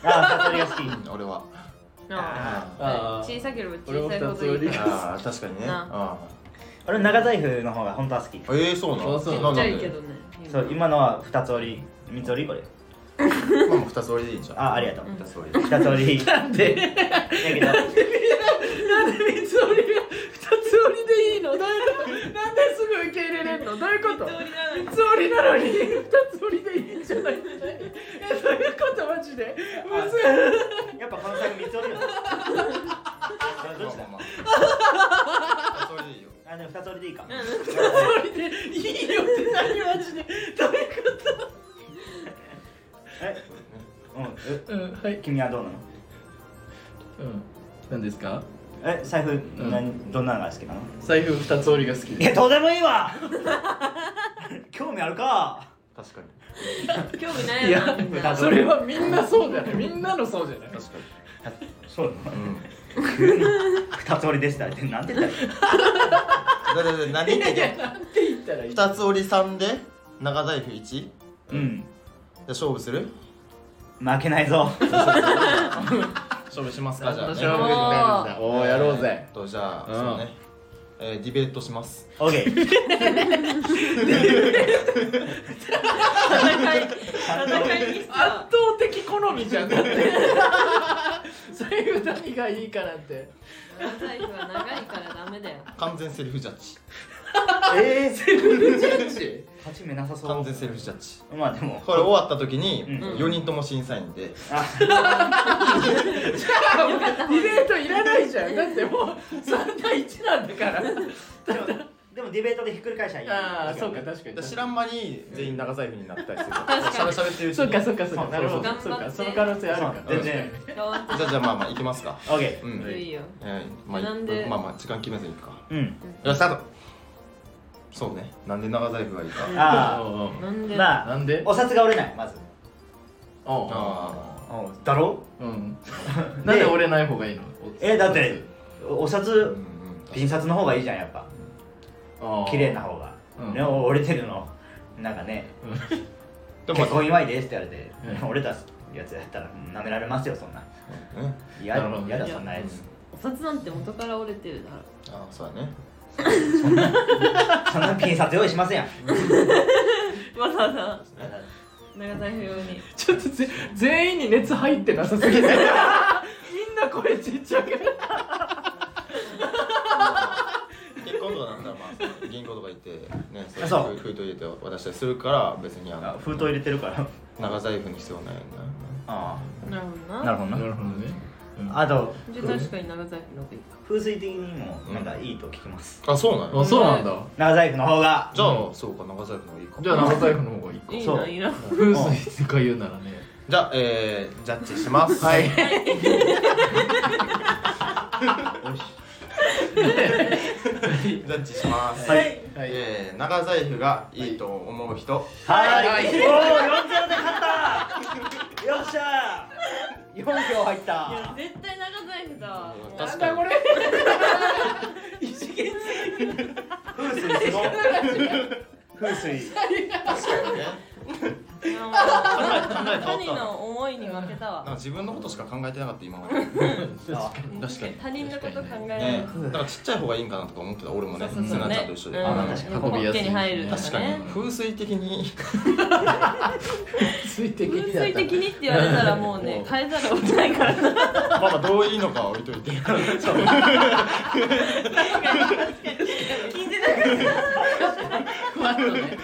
ああ悟りが好き
うん俺は
な
あ
あ
ああ
小さければ
俺も
小さいほどいい
二つ折り
から
あー確かにね
な
あ
俺長財布の方が本当は好き
ーえーそうなの
あそう
ち
な
っ
ん
ち
だ
ゃいけどね
そう今のは二つ折り三つ折りこれ
まあもう二つ折りでいいんじゃん
あありがとう
二つ折り
二つ折りだ
なんで
けど
なんで三つ折りが二つ折りでいいのどういうことなんですぐ受け入れれんのどういうこと
一通りなのに
三つ折りなのに二つ折りでいいんじゃないのえどういうことマジでむずい
やっぱこの先三つ折りよ。どっ
まあ
ちだ
まあ。まあ二つ折りでいいよ
あでも二つ折りでいいか。
二つ折りでいいよって何マジでどういう
え、うんえ、
うんはい
君はどうなの？
うん何ですか
え、財布
ん
何どんなのが好きなの？
財布二つ折りが好き
いやどうでもいいわ。興味あるか。
確かに
興味ないよなみんな
それはみんなそうじゃないみんなのそうじゃない
確か
そうな
にうん
の。二つ折りでしたってなんて言ったら。
だだだ何言ってんの
なんて言ったらいい
二つ折り三で長財布1じ
うん。
ゃあ勝負する
負けないぞ。
勝負しますかじゃあね
私は負けてないんだおおやろうぜ
えーっとじゃあ、
うん
そうね、えーディベートします
オーケー。
戦い戦いに
圧倒的好みじゃんだって財布何がいいかなんて
長財布は長いからダメだよ
完全セルフジャッジええ
ジ
勝ち目なさそう
完全セルフジャッジ
まあでも
これ終わった時に
うん
4人とも審査員で
ディベートいらないじゃんだってもう3対1なんだから
でもでもディベートでひっくり返しゃいい
ああそうか確かに
知らん間に全員長財布になったりする
確かに
しゃべってるうち
そう
に
かそうかそうか
そう
なるほど
頑張っ
そ
て
うかその可能性あるから
全然
頑張って
じゃあじゃあまあまあ行きますか
OK
う
い
ん
いよ
えーまあ
なんで
まあまあ時間決めずに行くか
うん
よしスタートそうねなんで長財布がいいか
あ
なん
あ
で
まあ
なんで
お札が折れないまず
あ
だろ
あ うんなんで俺ない方がいいの
えだってお
うんう
札
ん
ピン札の方がいいじゃんやっぱ綺麗な方が
うん
ね折れてるのなんかね
でも
結
まあ
婚祝いですって言われて
うん
折れたやつやったらうん舐められますよそんな
うんあ
嫌
なるほど
嫌だそんなやつ
お札なんて元から折れてるだろ
あそうだね
そんなピン札用意しませんやん
わざわざ長財布用に
ちょっとぜ全員に熱入ってなさすぎて みんな声ちっちゃく
結婚とかだったらまあ銀行とか行ってね
あ
そ
そう
いう封筒入れて渡したりするから別にあ
あ
の
封筒入れてるから
長財布に必要ないんだよね
あ
なるほど
あ
な
なるほど
な
な
るほどねうん
あと
じゃあ確かに長財布の方がいいか
風水的にもなんかいいと聞きます
あそうな
あ
の
そうなんだ
長財布の方が
じゃあそうか長財布の方がいいか
じゃあ長財布の方がいいか
いい
そ
な
う
いいな
風水とか言うならね
じゃあ、えー、ジャッジします。
はい。
よし
ジャッジします。
はい
はい
えー、長財布がいいと思う人。
はい、
はい
おお4ゼロで勝ったよっしゃー4票入っ
いや
た
絶対長財布だわ
うん
なん
確
だ
か
こ
に。
れ異次元
風水すごい 風水
確かにね。
いやもう
考え考え変わっ
何
たな。
の思いに負けた
なんか
わ
自分のことしか考えてなかった今まで。ね。
あ
確かに
他人のこと考えられない
なんかちっちゃい方がいいんかなとか思ってた俺もね。
そうそうそう
セナちゃんと一緒で。
うん
あまあ確かに
ポッケに入ると
確か
か
に
ね
風水的に
水的
風
にだ
水
った
的にって言われたらもうね変えざるを得ないからな
まあまあどういいのかは置いといて
聞いてなかっ
ふわっとね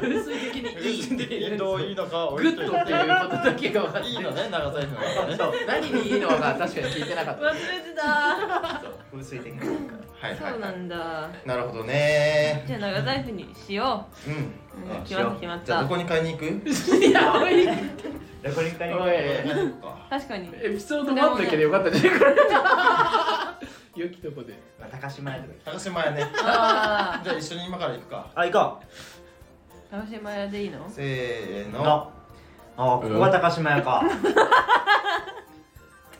風水的にいいっていう
どういいのかは
グ
置い
ッ
と
ド
い
ってていうことだけが分かって
いいのね長財布のね
そう
何にいいのか確かに聞いてなかった
忘れてた
風水的な
はいは
そう
い、は
なんだ
い、なるほどね
じゃあ長財布にしよ
うん
ううん
あ
決まった決まっ
じゃあどこ
た
に買いに行く
いやおい
レコーディング会
おい
確かに
エピソード1だけでよかったじゃんこれ良きとこで
高島屋とか行く
高島屋ね
あ
じゃあ一緒に今から行くか
あ行こ
あ楽しまやでいいの
せー
う
の
のあここが高島屋 か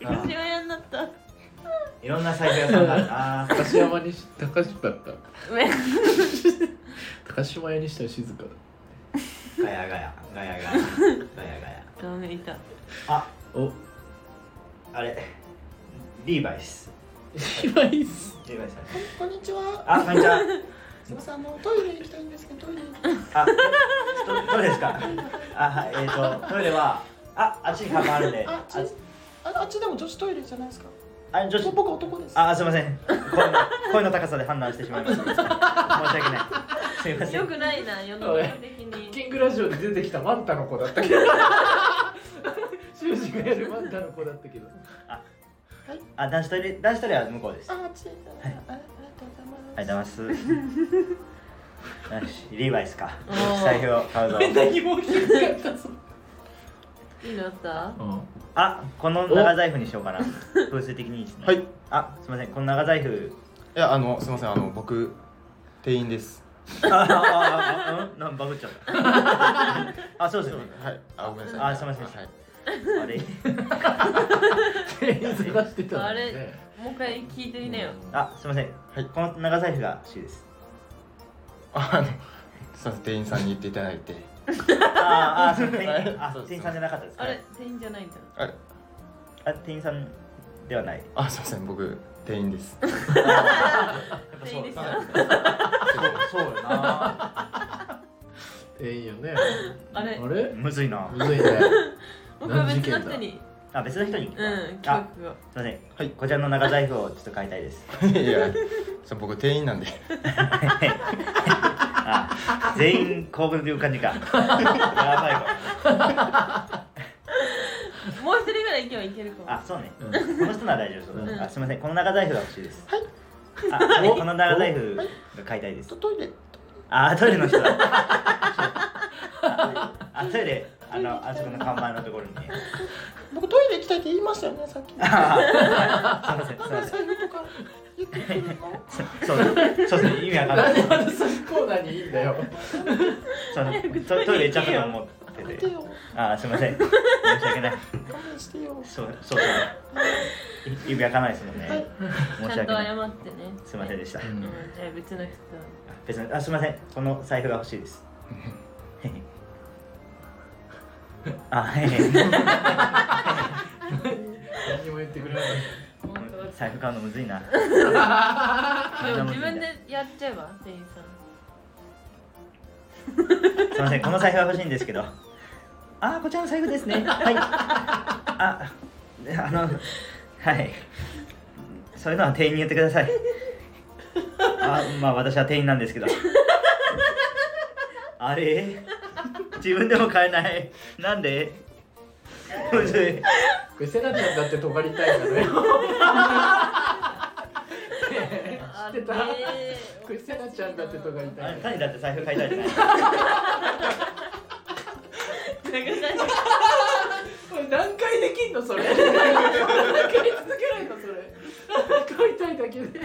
楽しまやになった
いろんな財布屋さんがあるな
高島屋にし高島屋か
ごめん
高島屋にしたら静かだ
ガヤガヤガヤガヤガヤガヤ
ダメいた
あ
お
あれリーバイス
今いいっす
リーバイスだね
こんにちは
あこんにちは
すみません、あのトイレ行きたいんですけど、トイレ。
あ、どどうですか。あ、はい、えっ、と、トイレは、あ、あっちに看板あるんで。あ、
あ、あっちでも女子トイレじゃないですか。
あ、女子。
僕男です。
あ、すみません。声の、声の高さで判断してしまいました。申し訳ない。すみませ
よ
ん。
くないな世の中的に
キングラジオで出てきたマンタの子だったけど修士がやるマンタの子だったけど
あ、男子トイレ、男子トイレは向こうです。
あ
あ
っち。あ、ありがとう
り
ござ
が
い
とうございます。よし、リーバイスか
お。ー
財布を買うぞ。
何も聞かなかったぞ
いいのあった
う
あ、この長財布にしようかな。風水的にいいですね。
ます。はい。い
あ、すみません。この長財布。
や、あの、すみません、あの、僕。店員です。
あ、あ、あ、あ、うん、なん、バグっちゃった。あ、そうですよね。
はい。あ、ごめんなさい。
あすいません
はい。
あれ。
ん店員探してたの
あ
に
れ
ね
もう一回聞いてみなよ
あ、すみません。はい、この長財布が C です。
あの。すみません、店員さんに言っていただいて。
あーあー、すみま
は
せ
い
ん。あ
そう、で
店
す
員さんじゃなかったです。
あれ店員じゃないんだ
あれ、
あ、店員さんではない。
あ、すみません、僕。店員です。
店員です
そ
よ
う
そうよな。
店員よね
あれ
あれ
むずいな。
むずいね
僕は別の
何事件だ
人に
あ、別の人に。
うん
あ
企、画を
すみません。
はい
こちらの長財布をちょっと買いたいです。
いや。それ僕店員なんで
あ全員興奮という感じかやばいわ
もう一人ぐらい今日いけるかも
あそうね、
うん
この人なら大丈夫そうだ、
うん
あすみませんこの長財布が欲しいです
はい
あ
お
この長財布が買いたいです
トトイレ
あトイレの人だああトイレあのあそこの看板のところにね
僕トイレ行きたいって言いましたよねさっき
あすみませんすみません
財布とか言ってくるの
そうですそうです意味わかんな
ないんでまたそのコーナーにいいんだよ
そうですトトイレ行っちゃったと思ってて
よ
あすみません申し訳ない
勘弁してよ
そうそうですねい意味わかんないですもんね申
ちゃ
し
ん
訳
と
ない
謝ってね
すみませんでした
うんじゃあ別の人
別にあすみませんこの財布が欲しいです あはい
何も言ってくれなかっ
本当だ
財布買うのむずいな
でも自分でやっちゃえば店員さん
すみませんこの財布が欲しいんですけどあこちらの財布ですねはいああのはいそういうのは店員に言ってくださいあまあ私は店員なんですけどあれ自分でも買えないなんでむずい
たこれセナちゃんだって尖りたいんだねね
あ
え知ってた
ねえ
これセナちゃんだって尖りた
あ
い
谷だって財布買いたいじゃない
なんか
これ何回できんのそれ何回続けられるのそれ買いたいだけで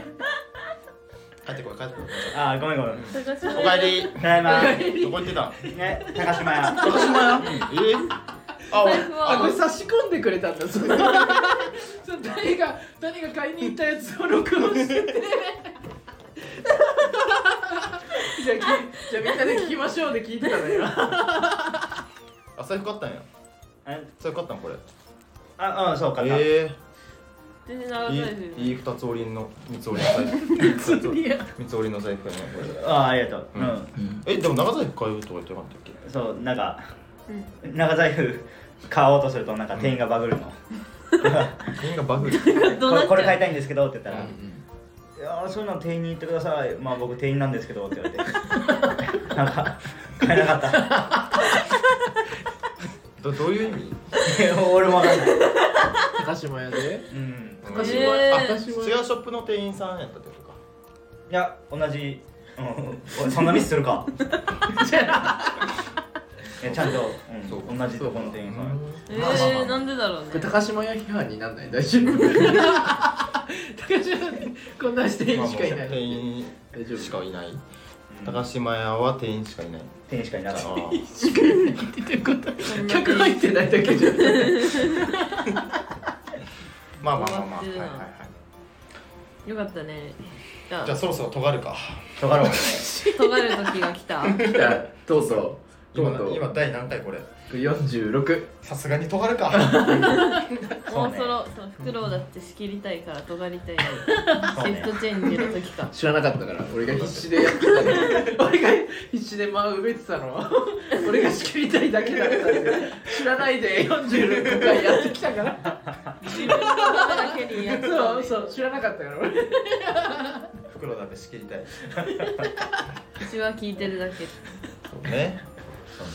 帰ってこい帰ってこ
あごめんごめん
探し
いおかえ
ただいま
りどこ行ってた
ね高島屋
高島屋えあ
財布
あこれ
を
差し込んでくれたんだそれそう誰が誰が買いに行ったやつを録音しててじゃあきじゃあみんなで聞きましょうで聞いてたのよ
あ財布買ったんや
あ
財布買ったんこれ
あうんそうかな、
え
全然長くな
え
いですよ
いいいい二つ折りの三つ折りの財布三つ折りの財布やねこれ
あありがとうう
うん
ん
えでも長財布買うとか言ってなかったっけ
そうなんか、長財布買おうとするとなんか店員がバグるの、
店員がバグる
どう
こ
なっち
れ
ゃう
これ買いたいんですけどって言ったら「
うん
いやーそういうの店員に言ってくださいまあ僕店員なんですけど」って言われてなんか買えなか った
どどういう意味
いや俺もわかんない、
高島屋で
うん、
高島
え
屋あ
ー
違うショップの店員さんやったってことか
いや同じ、うん、おそんなミスするかいやちゃんと、
そう
うん、同じとこの店員さん
えー、なんでだろうね
これ高島屋批判になんない大丈夫高島屋でこんなして
まあ
しかいない
店員
大丈夫
しかいない
うん
高島屋は店員しかいない
店員しかいなかった
しかいないって言ってること客入ってないだけじゃん
終わってるな
まあまあまあまあはいは
い
はい
よかったねじゃ
じゃあ
あ
そろそろ尖るか
とかろう
尖る時が来た
来たとうとうと
今
うとう
今第何回これ
46
さすがに尖るか
そ
も
う
う
ね
そろそろ袋をだって仕切りたいから尖りたい
そう
シフ
ね
トチェンジの時か
知らなかったから俺が必死でやってたの
俺が必死で間を埋めてたの俺が仕切りたいだけだったんで知らないで46回やってきたから
自分のことだけにやってた
そ
ね
うそう知らなかったから俺
袋だけ仕切りたいう
ちは聞いてるだけ
そうね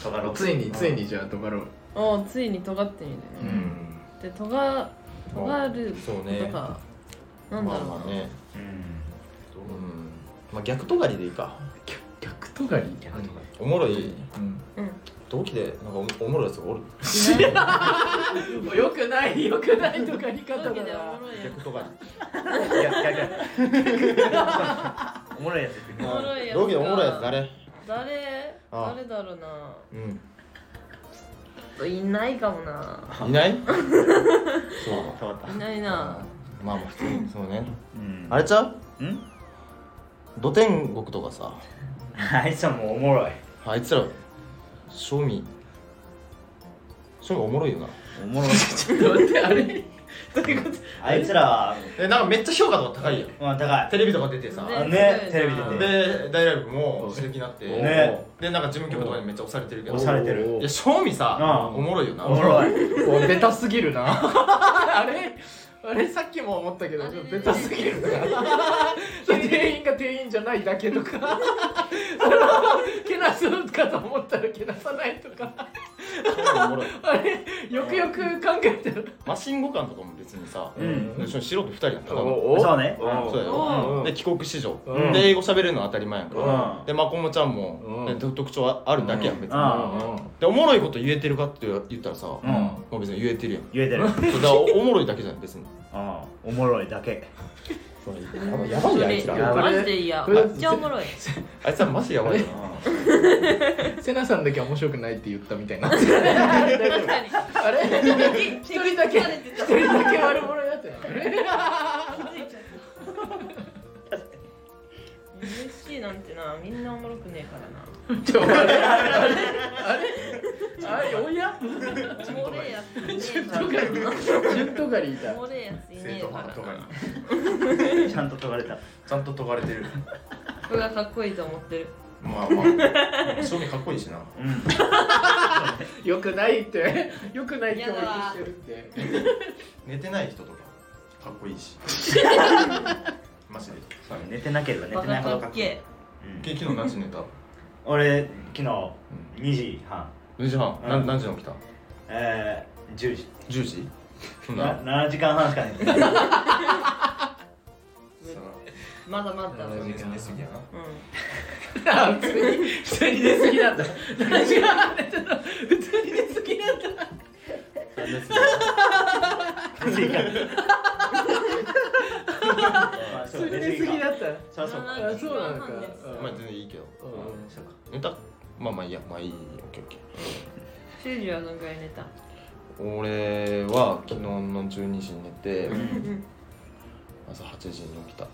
とかろう
ついについにじゃあとかろう
おうついに尖ってみるね
うん
で尖尖る
そ
と
うね
か、なんだ
まあ
ろうな、
まあね
うん
うんまあ逆尖りでいいか
逆逆とがり逆
うんおもろい
うん
同期でなんかおおもろいやつがおる
よくないよくないとか言い方
だ
だ
けでお
な
もろいや
逆尖り
いや逆おもろいやつ
おもろいやつが
同期でおもろいやつ誰
つ誰
あ
誰だろうな
うん
ちょっといないかもない
ないそうか
変わった
いないな
まあまあ普通にそうね
うん
あれちゃうん土天国とかさ
あいつはもうおもろい
あいつら賞味賞味おもろいよな
おもろい
ちょっと待ってあれどういうこと
あいつらは
えなんかめっちゃ評価とか高いやん
まあ高い
テレビとか出てさ、
あ
ね
ねテ
す
レ
ごい
ビ
な
出て
で大ライブも主力になって、
ね
でなんか事務局とかにめっちゃ押されてるけど
押されてる
いや賞味さ
ああ
おもろいよな
おもろい
おベタすぎるな
あれあれさっきも思ったけど
あれね
ベタすぎ るから店員が店員じゃないだけと かけなすかと思ったらけなさないとか
おもろい
あれよくよく考えたら
マシン互換とかも別にさ、
うん
一緒に素人2人やんか多分
お
そうね
お
そうやろ
お
で帰国子女、
うん
で英語喋れるのは当たり前やん
う
か、
ん
でまこもちゃんも、
う
ね
ん
と特徴ああるだけやん別に、
うん
でおもろいこと言えてるかって言ったらさ、
うん
もう別に言えてるやん
言えてるうん
そうだからお おもろいだけじゃん別に
おもろいだけ
やばい
そ
よあ
れ
いつら
やばい
マジでいや
こ
め
れ
っちゃおもろい
あいつはマジやばいよ
セナさんだけは面白くないって言ったみたいな
確かに
あれ
一
一人だけ一人だけ悪者になってない
なんてなみんなおもろくねえから
ちょあれあれあれあれおや
なおもれえやついね えか
とから10とかにいた
おもれえやついねえからな
うんちゃんと解かれた
ちゃんと解かれてる
僕がかっこいいと思ってる
まあまあ正味かっこいいしな
うん
よくないってよくない教育してるって
寝てない人とかかっこいいしマジで
そうね寝てなければ寝
バ
てな
カ
いほど
か
かっ
っ
こいい
け
うん
昨日何時寝た
俺昨日2時半
2時半、な何時に起きた
えー10時
10時そんな
な7時間半しか寝てない
えまだまだうん
マジか
寝すぎやな
あ普通に普通に出過ぎなんだ私があれだな普通に出過ぎなんだ
8時 間ま
普
あそ
通
う
に出過ぎだった
そりゃそう
あ
か
そうなのか
まあ全然いいけど
うん
そうか
寝たまあまあいいやまあいいオッケーオッケ
シュージはどんくらい寝た
ー俺は昨日の12時に寝て
ん
朝8時に起きた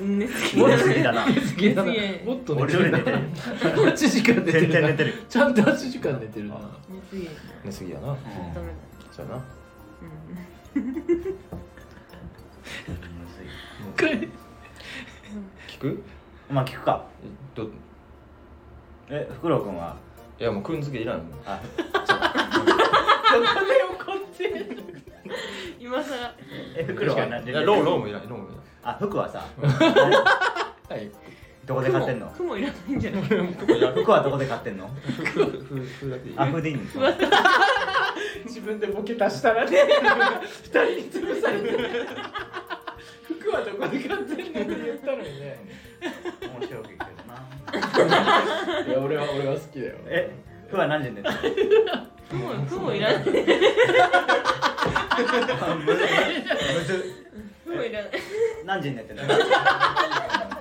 寝すぎ
もう寝すぎだな
寝すぎだな
寝すぎ
もっと寝
俺
て
より
るな
寝てる
8時間寝て
全
る
然
な
寝てる
ちゃんと8時間寝てるな
寝すぎ
寝すぎやな
ダメだ
そうやな
うん
これ
聞く
まあ聞くか
えど
えフクロウ君はい
やもうくんづけいらんの
あ
今さら
えフクロウは何
い
で
やローローもいらんローもい
あ服はさ
はい
どこで買ってんの
雲いらないんじゃない
らんここやる
服はどこで買ってんの
ふふふだけいい
あフーデ ィーニ
自分でボケ足したらね二人に潰されて服はどこで買ってんのって言ったのにね
面白いけどない
や俺は俺は好きだよ
え服は何時に寝てる
雲雲いらない雲いらない
何時に寝てるの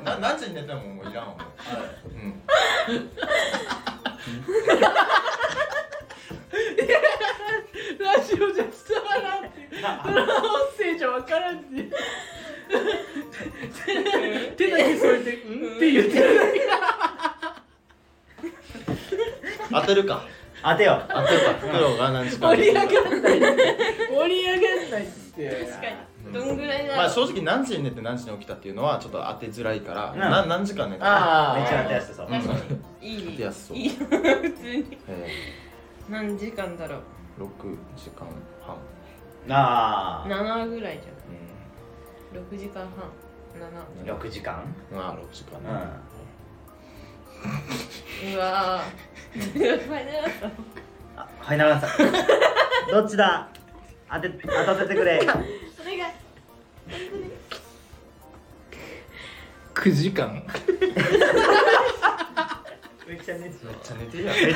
な何時に寝てももういらんわもううん
ラジオじゃ伝わ らんってその音声じゃ分からんって手だけ添えて「うん?」って言ってるだけ
当てるか
当てよう
当てるかフクロウが何時間
盛り上がんない盛り上がんないって
確かにどんぐらいだ
まあ
ろ
正直何時に寝て何時に起きたっていうのはちょっと当てづらいから、
うん
な何時間寝たか
ああ
めっちゃ当てやすそう
う確かにいい
いやそう
いい普通に
え
何時間だろう
ー、6時間半
ああ
7ぐらいじ
う
ゃん6時間半7
六時間
んまあ6時間
うん
ね、
うわーやばいな
あはい長さんどっちだ当て当たっててくれ
お願い
9時間
めっちゃ寝て
めっちゃ寝てるやん
めっちゃ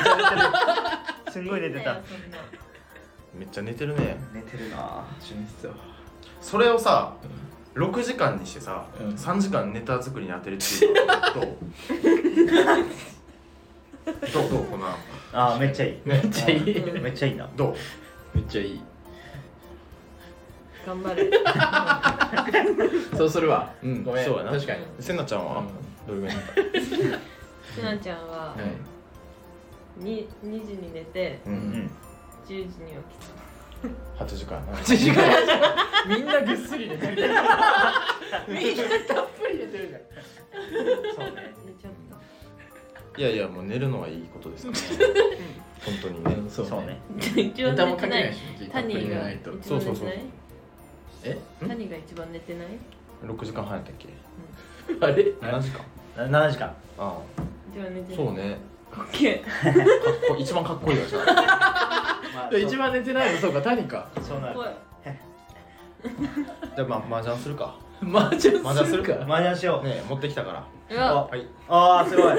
寝てるすんごい寝てた
そんな
めっちゃ寝てるね
寝てるな
それをさ6時間にしてさ、
うん
3時間ネタ作りに当てるっていうのはどうどうどうこんな
あーめっちゃいい
めっちゃいい
めっちゃいいな
どう
めっちゃいい
頑張れ
そうするわ
うん
ごめん
そうやな
確かに
せなちゃんは、
うん
どれぐらい寝た
ひなちゃんは
はい
に2時に寝て
う
うんん
10時に起き
8時間やな
8時間みんなぐっすり寝てる
みんなたっぷり寝てるから
そうね
た寝ちゃっ
いやいやもう寝るのはいいことですから 本当にね
そう
そうね。
一
ネ
番
タも
寝
書け
て
な
ないい
し
タニーが
ない
一
と
番
そうそ
寝
う
て
そう
ない
え
タニーが一番寝てない
6時間半やったっけ
あれ
7時間
7時間。
あ
一番寝てない
あそうね
オッケ
かっこ一番かっこいいわじゃあ
まあ
いや一番寝てないのそうか谷か
そうそうな
ー
る。
怖い
じゃあまあ麻雀するか
マジャンするか
麻雀しよう。
ねえ持ってきたから
うわ
はい
ああすごい。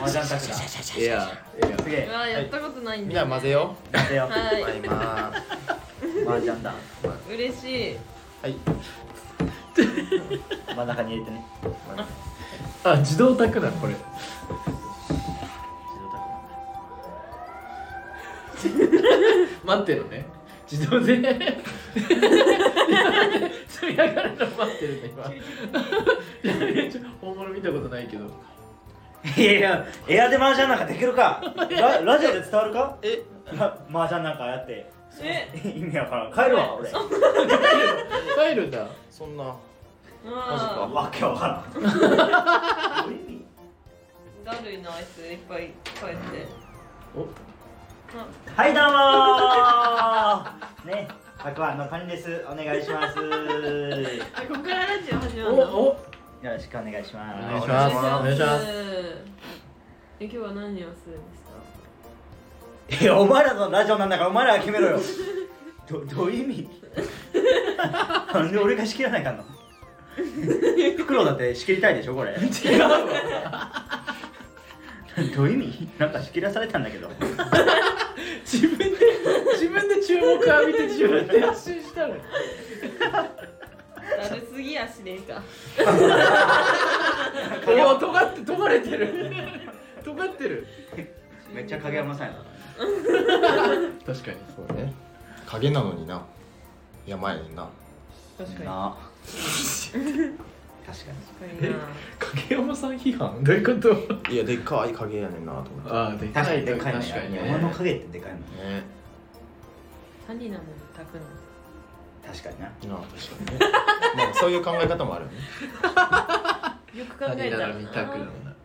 麻雀卓だ。す
いやいや
げ
う
え。
わやったことないんで
じゃあ混ぜよ
だてよ。
はい
混ぜまーす
麻雀だ。
嬉しい
はい
真ん中に入れてね。
あ自動卓だこれ
自動卓
待ってるね自動で積み上がるの待ってるね今いやいやちょ本物見たことないけど
いやいや、エアで麻雀なんかできるかララジオで伝わるか
え
ラ麻雀なんかやって
え
意味わからん帰るわ俺
帰るんだ
そんな
う
マジか
わ
わけわからんどういう意味
だるいなあいついっぱい返して
お
あ
はいどうもーねたくあんのかにですお願いしますよ
あここからラジオ始ま
お
るの
お
ろしくお願
お願
いし
い
ま
し
す
ますお願いします
え今日は何をするんですか
いやお前らのラジオなんだからお前らが決めろよどどういう意味なんで俺が仕切らないかんの袋だって仕切りたいでしょこれ
違うわ
どういう意味なんか仕切らされたんだけど
自分で自分で注目浴びて自分で発信したの
だるすぎやしねえか
おお尖って尖れてる尖ってる
めっちゃ影山さんやな
確かに
そうね影なのにな山やねんな
確かに
な確かに
確かにな
影山さん批判どういうこと
いやでっかい影やねんなと思って
ああで
確かにで
確
かい
か
ね
にね
山の影ってでかいもん
ね
谷なのに炊くの
確かにな
なあ確かにねまあそういう考え方もあるよね、
よく考え
谷
た
な
ら
のにタクなのだ
う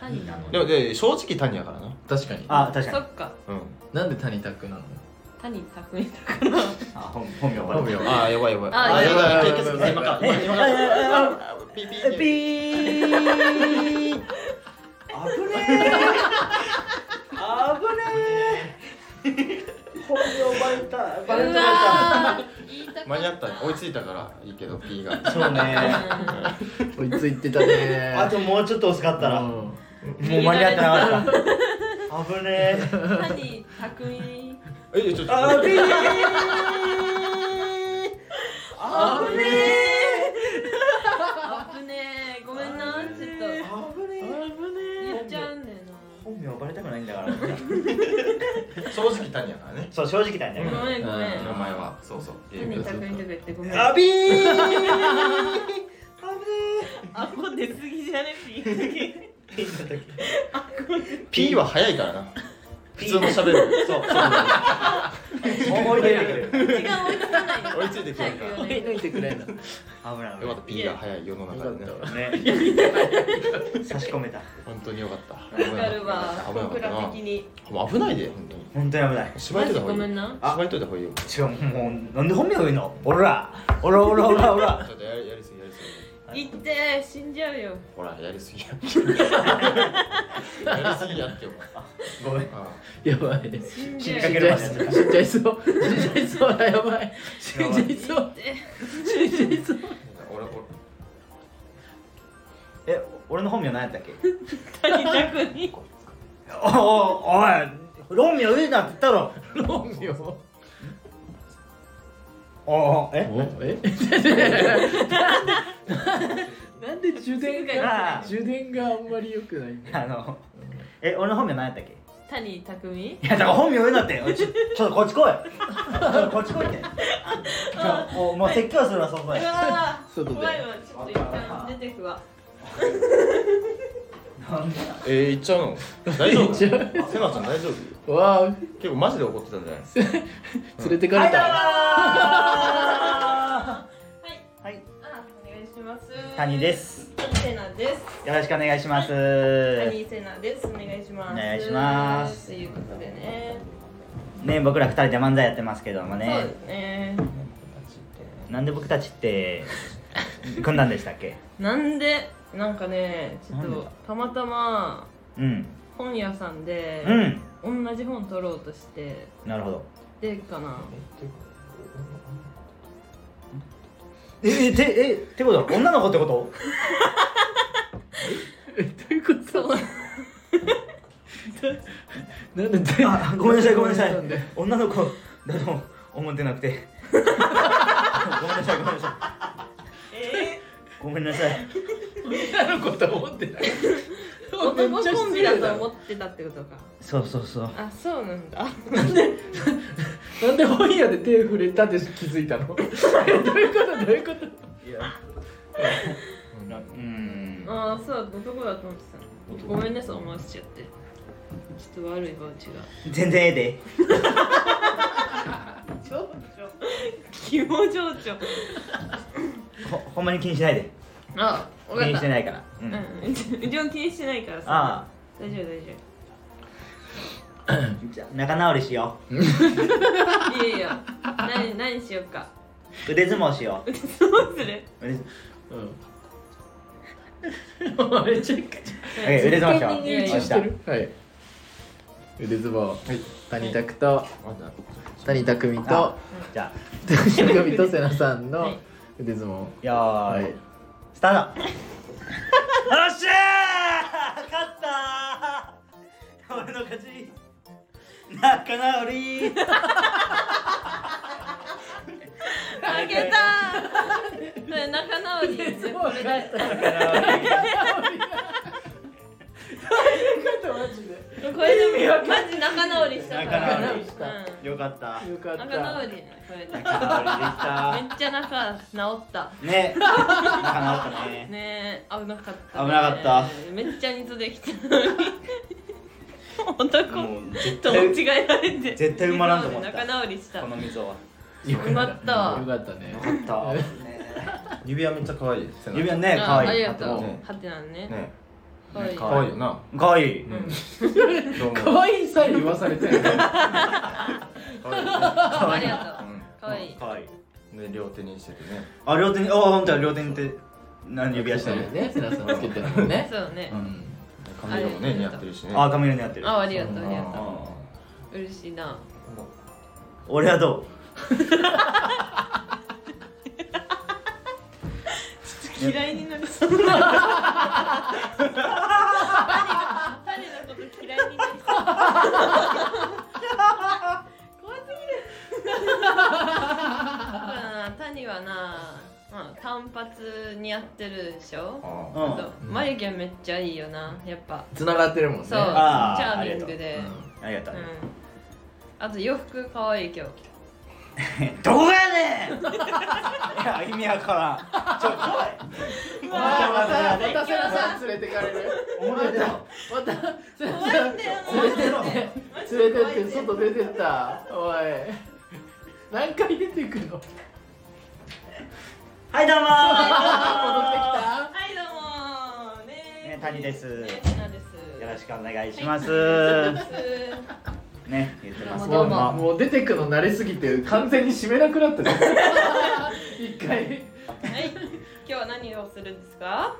谷なの
ん、でもで正直谷やからな
確かに
あ確か
そ
に
っか
うん
なんで谷タクなの
谷炊くに炊くの
あ本本名は
本名
ああやばいやばい
あ
やばいやばい
やばい
やばい
やばい
今か
え
今
え
今
え
か
え
ピーピ
え
ー
ピーあぶねえあぶねえ本名バレたバレ
う
た
わー言いたかった
間に合った追いついたからいいけどピーが
そうね
追いついてたね
あともうちょっと遅かったらも
うん
う間に合ってなかったあぶねえ
うん谷炊くに
えちょっと
あぶねえ
あ
あ
ぶ
ぶ
ね
ね
あぶねえごめんなちょっと
えあぶねえ
言っちゃうんだよ
本名バレたくないんだから俺
正直谷やからね
そう正直なんだよ
なごめんごめん
名前はそうそう
谷炊くにとか言ってごめん
アビー
あもう出過ぎじゃねピー
ピーは早いからな普通の喋るそう
思い出てくる
時間追いつかないよ
追いついてくるから
早
追
く
い
言
抜
わないい
てくれんだ
危ない
よかったピーが早い世の中でね
よかっ
ね差し込めた
本当によかった
とわかるわ
危なか
僕
ったな
ら的に
もう危ないで本当に
本当に危ない
縛
マ
りとい
ジ
た方
ご
が
め
いい
んな
縛りといた方がいいよ
違うもうなんで本名言うのオラオラオラオラオラ
ちょっとやりやりすぎやりすぎ
行って死んじゃうよ
ほらやりすぎややりすぎやってお前
ごめん
あ
やばい
死ん
死
じ
ん
ゃ
じゃ
う
い
よ
そう死んじゃいそう死んじゃいそうだやばい死んじゃいそう
で
死んじゃいそう
あ俺俺
え俺の本名何やったっ け
谷拓に
おおおいロンミオ言うなって言ったろ
ロンミョ
おおえ
えなんで充電
あ
が充電があんまり良くないんだ
あのえ俺の本名何やったっけい
谷拓海
やだから本名言うなっておいちょちょっとこっち来いちょっとこっち来い ってもうもう説教するわそこ
う
へ
わー
外で
怖いわちょっと一旦出てくわ
なんで
えー、行っちゃうの大丈夫
行
セ
っちゃ
ナちゃん大丈夫
わあ
結構マジで怒ってたんじゃない
連れてかれた
は
はい
い
あお願いします
谷です
谷瀬なんんです。
よろしくお願いします。
ハニーセナです。お願いします。
お願いします
ということでね。
ね、僕ら二人で漫才やってますけども
そう
ね
で。すね。
なんで僕たちって。組んだんでしたっけ。
なんでなんかねちょっ
なん
と
で
たまたま
うん。
本屋さんで
う、ん。
同じ本取ろうとして
なるほど。
でかな
え、え、て、え、ってことは女の子ってこと。
そう
なんで全
あごめんなさいごめんなさい
なんで
女の子だと思ってなくてごめんなさいごめんなさいごめんなさい
女の子と思ってない
男コンビだと思ってたってことか
そうそうそう
あそうなんだ
なんで本屋で手触れたって気づいたの えどういうことどういうこと
いやうーん
ああそう男だと思ってたごめんねそう思わせちゃってちょっと悪いバウチが
全然ええで
気も情緒
ほほんまに気にしないで
あ
気
分か
に
っ
して
た
ないから、うん、あ
うん、うちも気にしてないからさ
あ
大丈夫大丈
じゃあ仲直りしよ
夫いやいや何何しよっか
う腕相撲しよ
どうする
う腕,、
うんめちゃくちゃ
OK 腕相撲しよう
いやいや
押した
はい腕相撲はい谷拓と谷匠と
あじゃあ
谷匠と瀬名さん
は
の
い
腕相撲
よーい、
はい
スタートよっしゃー勝ったー俺の勝ち仲直りー
あげ たーね仲直りねこれ で
マジで
これでもマジ仲直りしたから
仲直
りした
う
よかった
よかっ
ん、仲
た
直りねこれでめっ
仲直りで
ちゃ仲直った
きたね仲直ったね
ねえ危なかった、ね、
危なかった
めっちゃ似とできたのに男
もう絶
と間違
対
えられて
絶対埋まらんと思った
仲直りした
この溝は
埋まったわ
よかったね
よ かったね
指輪めっちゃ可愛いです
指輪ね可
ああ
愛
り
い
がとう
ね
ハテナねね
ね
可愛い
可愛いよな
可愛い
ど うも
可愛いさえ言わされてる
可愛
あり
いね
がとう可愛い
可愛い
で両手にしててね
あ両手にあ本当は両手にって何指輪してる
ね瀬名さんつけてるもんね
そうね
うん
髪色も
あ
ね
り
似
が
合
とう
ってるしね
あ髪色に合ってる
あありがとうありがと
あ
う嬉しいな
俺はど
嫌いになりそう誰のこと嫌いになりそう怖すぎるまあ谷はな、まあ、単発にやってるでしょ
あ
うう
あ
ん
と眉毛めっちゃいいよなやっぱ
繋がってるもんね
そうチ
あー
ャーミングで
ありが
う
と
ん
う
あと洋服かわいい今日
どこがやねんいや意味わからんちょ怖い
またまた瀬名さん連れてかれる
おもろいでも
また瀬名
怖
さ
い
ん
んだよ
おもろいでも
連れてって外出てったおい何回出てくの戻ってき
はいどうもー
た
はいどうもーね
ね谷です
ねひなです
よろしくお願いしますね言ってますけ
も
ど
う
も
もう出てくの慣れすぎて完全に締めなくなったね一回
はい、今日は何をするんですか。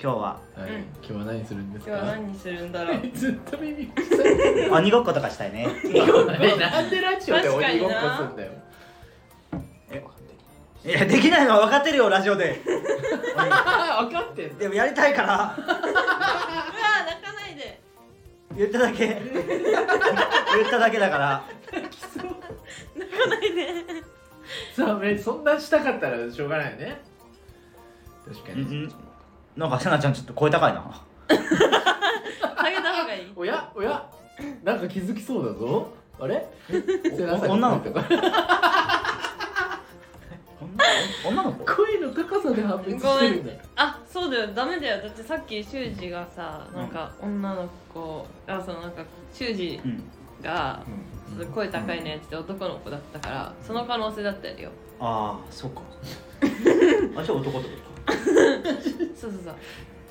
今日は
はい今日は何するんです
今日は何するんだろ う。
ずっと耳臭い
鬼ごっことかしたいね
なんでラジオで鬼ごっこすんだよ
いやできないのは分かってるよラジオで
あ分かってん
でもやりたいから
うわ、泣かないで。
言っただけ言っただけだから
泣かないで。
さあそんなしたかったらしょうがないよね確か
うんう
に
んなんかせなちゃんちょっと声高いな
下げた方がいい。
おやおやなんか気づきそうだぞあれ
女の子
か
女女の子
声の高さで判別
ご
し
め
てるんだ
ん。あ、そうだよ、ダメだよ。だってさっき修二がさ、なんか女の子、あ、そのなんか修二
うん
が。ちょっと声高いねって言って男の子だったからその可能性だったよ
ああそうかあじゃあ男ってことか
そうそう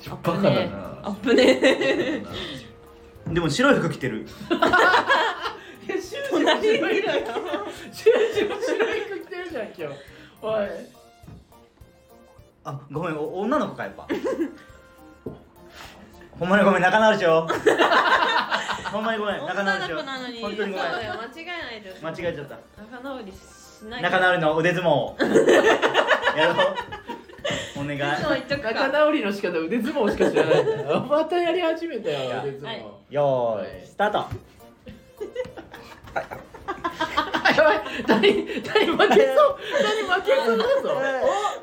そう
バカだな
アップね
でも白い服着て
い
る
やシュージも
隣にい
白い
るよ
シュージも白い服着てるじゃん今日おい
あごめんお女の子かやっぱほんまにごめん仲直りしようほんまにごめ ん仲
女の
直りしよ
子なのに
本当にごめん
そうだよ間違えないで
う間違えちゃった
仲直りしない
仲直りの腕相撲をやろうお願い
そう言っとく
仲
か
直りの仕方腕相撲しか知らないんだよまたやり始めたよ腕相撲、
はい
よーいスタート
あやばい谷谷負けそう谷負けそうだぞ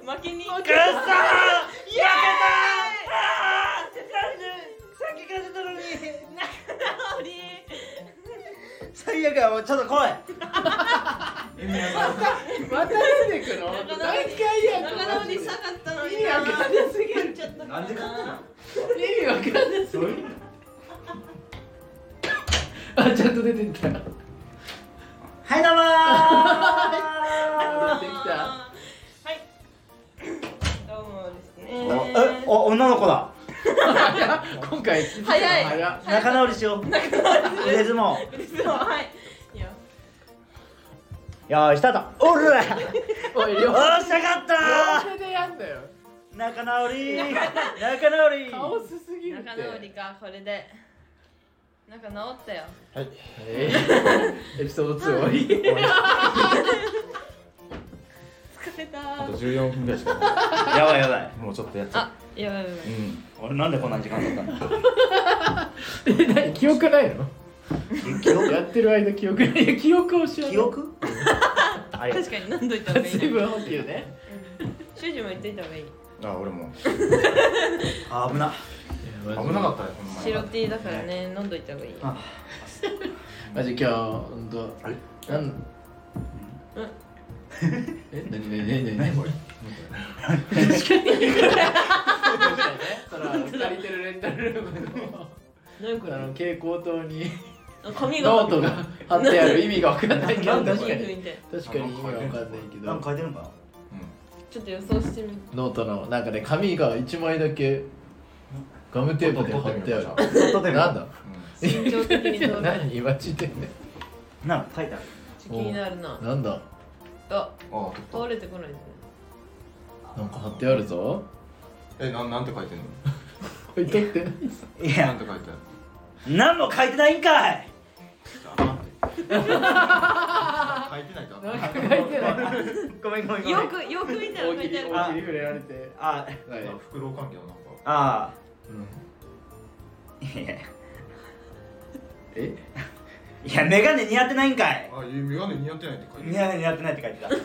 負けに
くっそー負けたーあーさっき勝てたのに
直り
最悪やもうちょっと来い
また出てくの
仲直
毎
り
回やん
仲直りしたかったのに
意味わかんなすぎる
ちゃった
なんで勝手なの
意味わかんなすぎるあちゃんと出てった出て
はいどうも ー
きた
はいどうもです
お
ね
えお女の子だ
今回気づいたの
早い
早っ
仲直りしよう腕相
そ
撲
うはいいや
よーいスタートおるわおっ
おい両手
しゃかった
両手でやんだよ
ー仲直り仲直り
顔すすぎるって
仲直りかこれで仲直ったよ
えーエピソード2終わり
疲れた
あと
ー
14分ぐらいしか
やばいやばい
ないもうちょっとやっちゃ
あやばいやばい
うん
俺なんでこんな時間だったんだ
え何記憶ないの
記憶
やってる間記憶ないいや記憶をしよう
記 憶ありがと
確
う
かに何度言った方がいいな
水分補給ね
修二も言っといた方がいい
あ俺も
あ危な
危なかったよほんまに
白 T だからね飲んどいた方がいい
マジ今日本当あれなんえ何何何何何これ確かにね
その借りてるレンタルルームの
何こ
あ
れ
の蛍光灯に
髪が
ノートが貼ってある意味が分かんないけど
なんだ
確
こ
か
れ
に確かに意味が分かんないけ
なん
ど
か書いてるのかな
ちょっと予想してみ
ノートのなんかね紙が1枚だけガムテープで貼ってある
外で
なんだ
慎重的にど うだ
何今時点で
なんか書いてある
気になるな
なんだ
あ
あ
倒れてこないね
なんか貼ってあるぞ
えななんて書いてんの
これ取って
い
な
や
んて書いてある
何も書いてないんかい
書いてないと
なんか書いてない
ごめんごめんごめ
よ
ん
くよく見たら
大
書
喜
い
利
てあ
大喜
る
あ
利触れられて
あ
はい
フクロウ関係のなんか
あ
うん
ーいやい
え
や眼鏡似合ってないんかい
あ、いや眼鏡似合ってないって書いて
眼
ある。
鏡似合ってないって書いてた
フ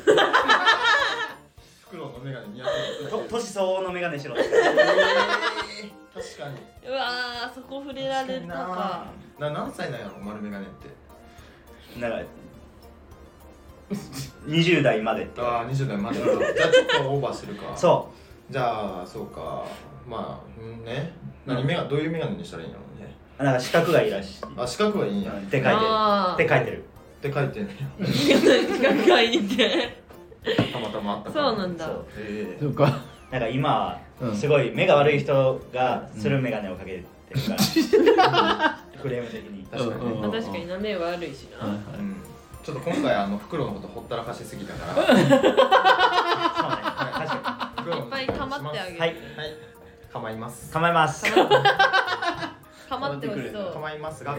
クロウの眼鏡似合ってない。
と年相応の眼 鏡しろ
確かに。
うわーそこ触れられたか
な何歳なんやろ丸眼鏡って。
だから20代までって
ああ、二十代までだ。 じゃあちょっとオーバーしてるか。う。
そ
じゃあそうか。まあうんね。何メガどういう眼鏡にしたらいいんやろうね。
うなんか四角がいいらしい
あ、四角はいいんや。っ
って書いてる
あ
って書いてる
て書いてんね
ー近くがいいって
や。 たまたまあっ た
そう
から。
なんだ
そう
ええ
そうか
なんか今
うん
すごい目が悪い人がする眼鏡をかけてるから、 フレーム的に
確かにね
うん
まあ確かにな目悪いし
はい
な
はい
うんちょっと今回あのフクロウのことほったらかしすぎたから。
そうね確か
フクロ
い
ウの
っ
こと
ぱいかまってあげ
に
る
はい
はい。構います。
構えます
かまってほしそ
構
う
構いますが、
い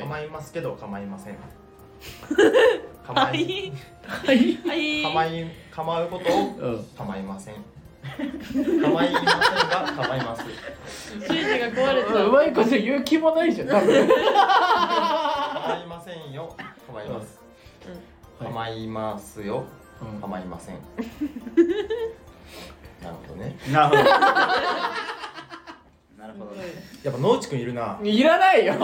構いますけど構いま せん。
は
構い。
いはい
構い構うことを
うん
構いません。構いませんが構います。
シュウジが壊れ
うまいこと言う気もないじゃん多分
構いませんよ。構います。
うん
構いますよ。
うん
構いません。なるほどね。
なるほどなるほどね
た
やっぱ野内くんいるな。
いらないよ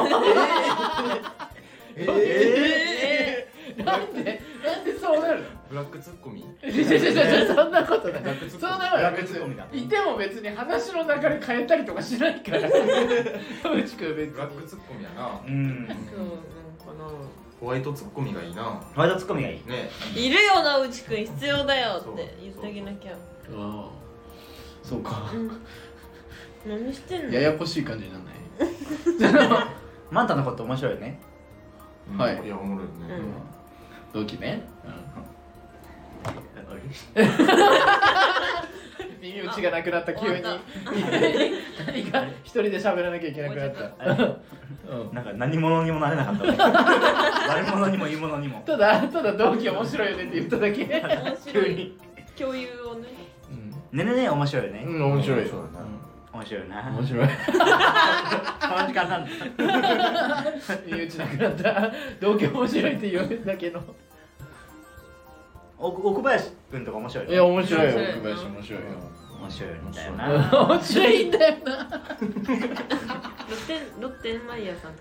ええ
え
なんでなんでそうなるの
ブラックツッコミ。
いやいやいやいやそんなことないそんなことない
ツッコミだ
いても別に話の流れ変えたりとかしない からうちくん別
ブラック
に
ツッコミやな
う。ん
ーそうなのか
ホワイトツッコミがいいな。
ホワイトツッコミがいい
ね。
ないるよなうちくん必要だよって言ってあげなきゃ
ああ
そうか
何してんの
ややこしい感じにならない
マンタのこと面白いよね
うん
はい
いやおもろいね
うん
同期ね、耳打ちがなくなった急に
終わっ
何が一人で喋らなきゃいけなくなったうん
なんか何者にもなれなかったね 悪者にもいい者にも
ただただ同期面白いよねって言っただけ
面白
急
い
に
共有をね
うん、
ねねね面白いよね、
うん、面白い
そうだな
面白いな
面白い
この時間なんだ
身内なくなった同居面白いって言うだけの
お奥林くんとか面白い
いや
よね
面白いよ
面白い
奥林面白いよ
面白いみたいな
面白いんだよな
ロッテンロッテンマイヤーさんと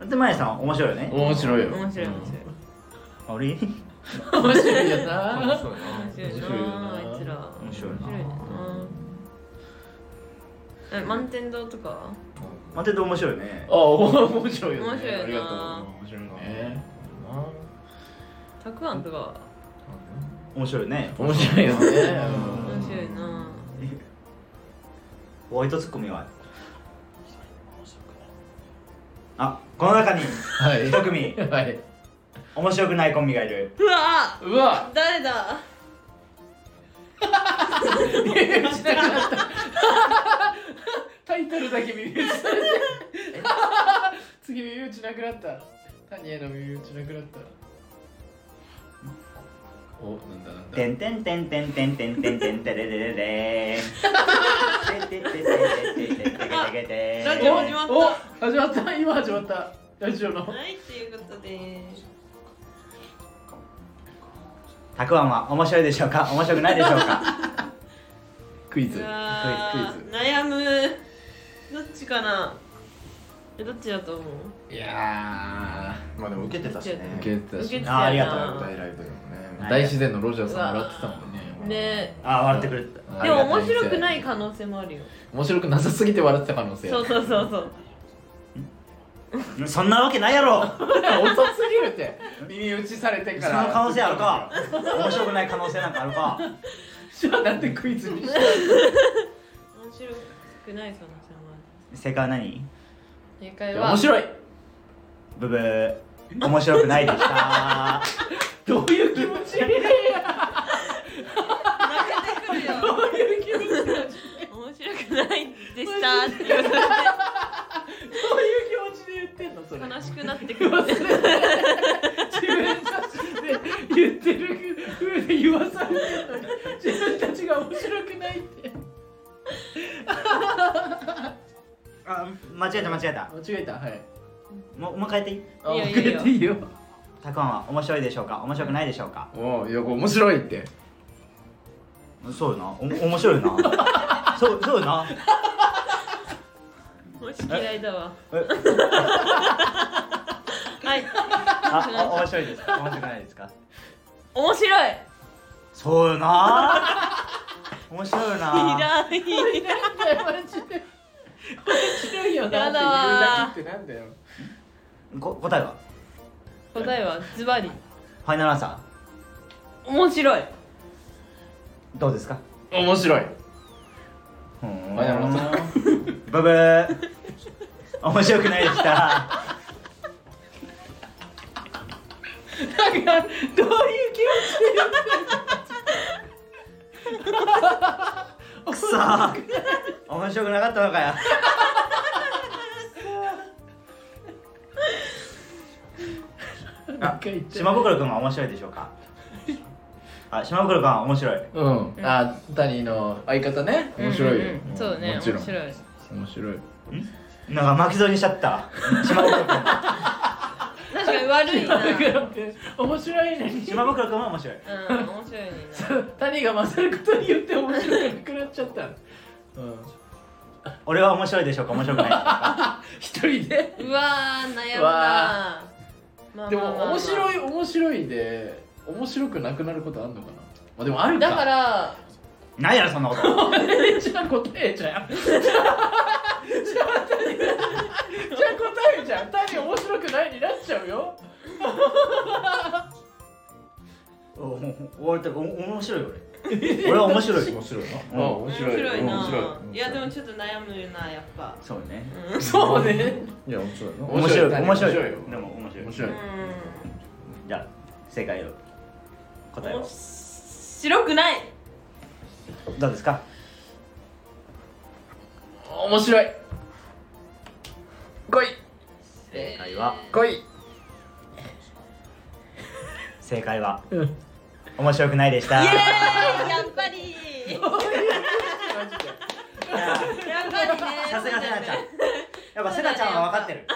か
で前さん面白いよね
面白いよ
面白い面
俺面
面白いよな
そうだな
白い面
面白
白い
い
な
な
あいつら面
白い
白いな
な
え満天堂とか
待ってて面白いよね
あ面白いよね
面白いよな
ありがとう面白いね
たくあんとかは
面白いよね
面白いよね
面白いな
ホワイトツッコミはあこの中に
はい
一組
はい
面白くないコンビがいる
うわ
うわ
誰だ
タイトルだけ耳打ちされて次耳打ちなくなった谷への耳打ちなくなったおなんだなんだ
てんてんてんてんてんてんてんてんてれれれれーんてんてんてんてんてんてんてんてんてんてんてん
ラジオ始
てん
まっ
お始まった今始まったラジオの
たはいっていうことで
たくあんは面白いでしょうか面白くないでしょうか
クイ
う
ズ
わ
クイズ
悩むどっちかなえどっちだと思う
いや
まあでも受けてたしね
ー受けてた
受け
して
たよな
あーありがとう
大ライブでもね
大自然のロジャーさん笑ってたもんね
ね
あ笑ってくれてた
でも面白くない可能性もあるよ
面白くなさすぎて笑ってた可能性
そうそうそうそう
そんなわけないやろ
遅すぎるって耳打ちされて
そ
か
の
ら
可能性あるか面白くない可能性なんかあるか
じゃあなんでクイズにした
面白くない可能性もある
正解は何
正解は
面白い
ブブー面白くないでした
どういう気持ち
泣けてくるよどういう気持ち面白くないでしたっていう
そういう気持ちで言ってんのそれ
悲しくなってくる
自分たちで言ってる風で言わされてんのに自分たちが面白くないって
あ間違えた間違えた
間違えたはい
もうもう一回やっていい
あ
いいよ
遅れていいよ
たくあんは面白いでしょうか面白くないでしょうか
おおいやこれ面白いって
そうよなお面白いよなそうそうよな
もし嫌いだわ
え
はい
ああ面白いですか面白くないですか
面白い
そうよな面白いよ
い
な
らい
マジで面白いよなって言うだけってなんだよ
こ答えは
答えはズバリ
ファイナルアンサ
面白い
ーどうですか
面白い
ファ
ファイナルアンサ
ーブブー面白くないでした
なんかどういう気持ち
くそー面白くなかったのかよ
なんか言って
島袋くんは面白いでしょうかあ島袋くんは面白い
うん、あ谷の相方ね面白いよ、
うんうんそうね
も
面
ちろん
白い
面白い
なんか巻き添えにしちゃった島袋くん
確かに悪いな
面白いのに
島袋くんは面白い
うん面白い ね
谷が勝ることによって面白くなくなっちゃった、うん、
俺は面白いでしょうか面白くないでしょうか
一人で
うわー
う
悩むな
わ
まあ
で
まあまあま
も
あ
面白い面白いで面白くなくなることあんのかなまあでもあるか
だから
ないやろそんなこと
え じゃあ答えじゃんじゃあ 谷じゃあ答えじゃん谷面白くないになっちゃうよ
おお俺とかお面白いよ俺俺は面白い
面白いな
あ面
面
白い
白いな
面白
いやでもちょっと悩むなやっぱ
そうね
うん
そうね
いや面白いな
面
面
白
白
い
い面白
面白
い
いよ
でも面白い
面白い
じゃあ正解を答え
うん
を
面白くない
どうですか
面白い来い
正解は
来い
正解は面白くないでした
イエーイやっぱりやっぱりね
さすがセナちゃんやっぱセナちゃんは分かってる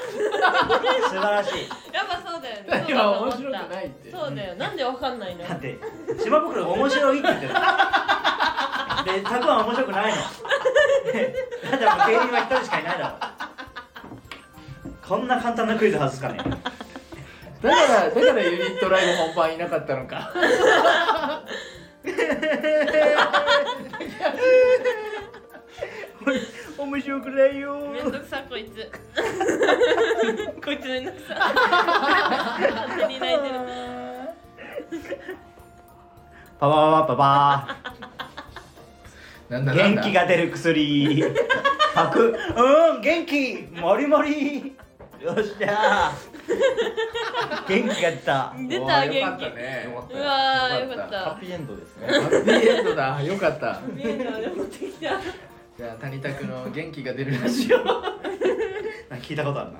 素晴らしい
やっぱそうだよね
何
そうだ
が面白く
と思った
ないって
そうだよなんでわかんないの
だって島袋面白いって言ってるでたくあん面白くないのねだってもう芸人は一人しかいないだろこんな簡単なクイズ外すかね
だからだからユニットライブ本番いなかったのか
面白くないよ
めんどくさこいつこいつめんどくさ勝手に泣いてる
パパパパパー
なんだなん
元
だ
気が出る薬パク うん元気もりもりよっしゃー元気が出た
出
お
た
ー
元気
よかったね
うわーよかっ
よ
た
ピーエンドですね
ハッピーエンドだよかった
見えたで持ってきた
じゃあ谷田君の元気が出るラジオ
なんか聞いたことあるな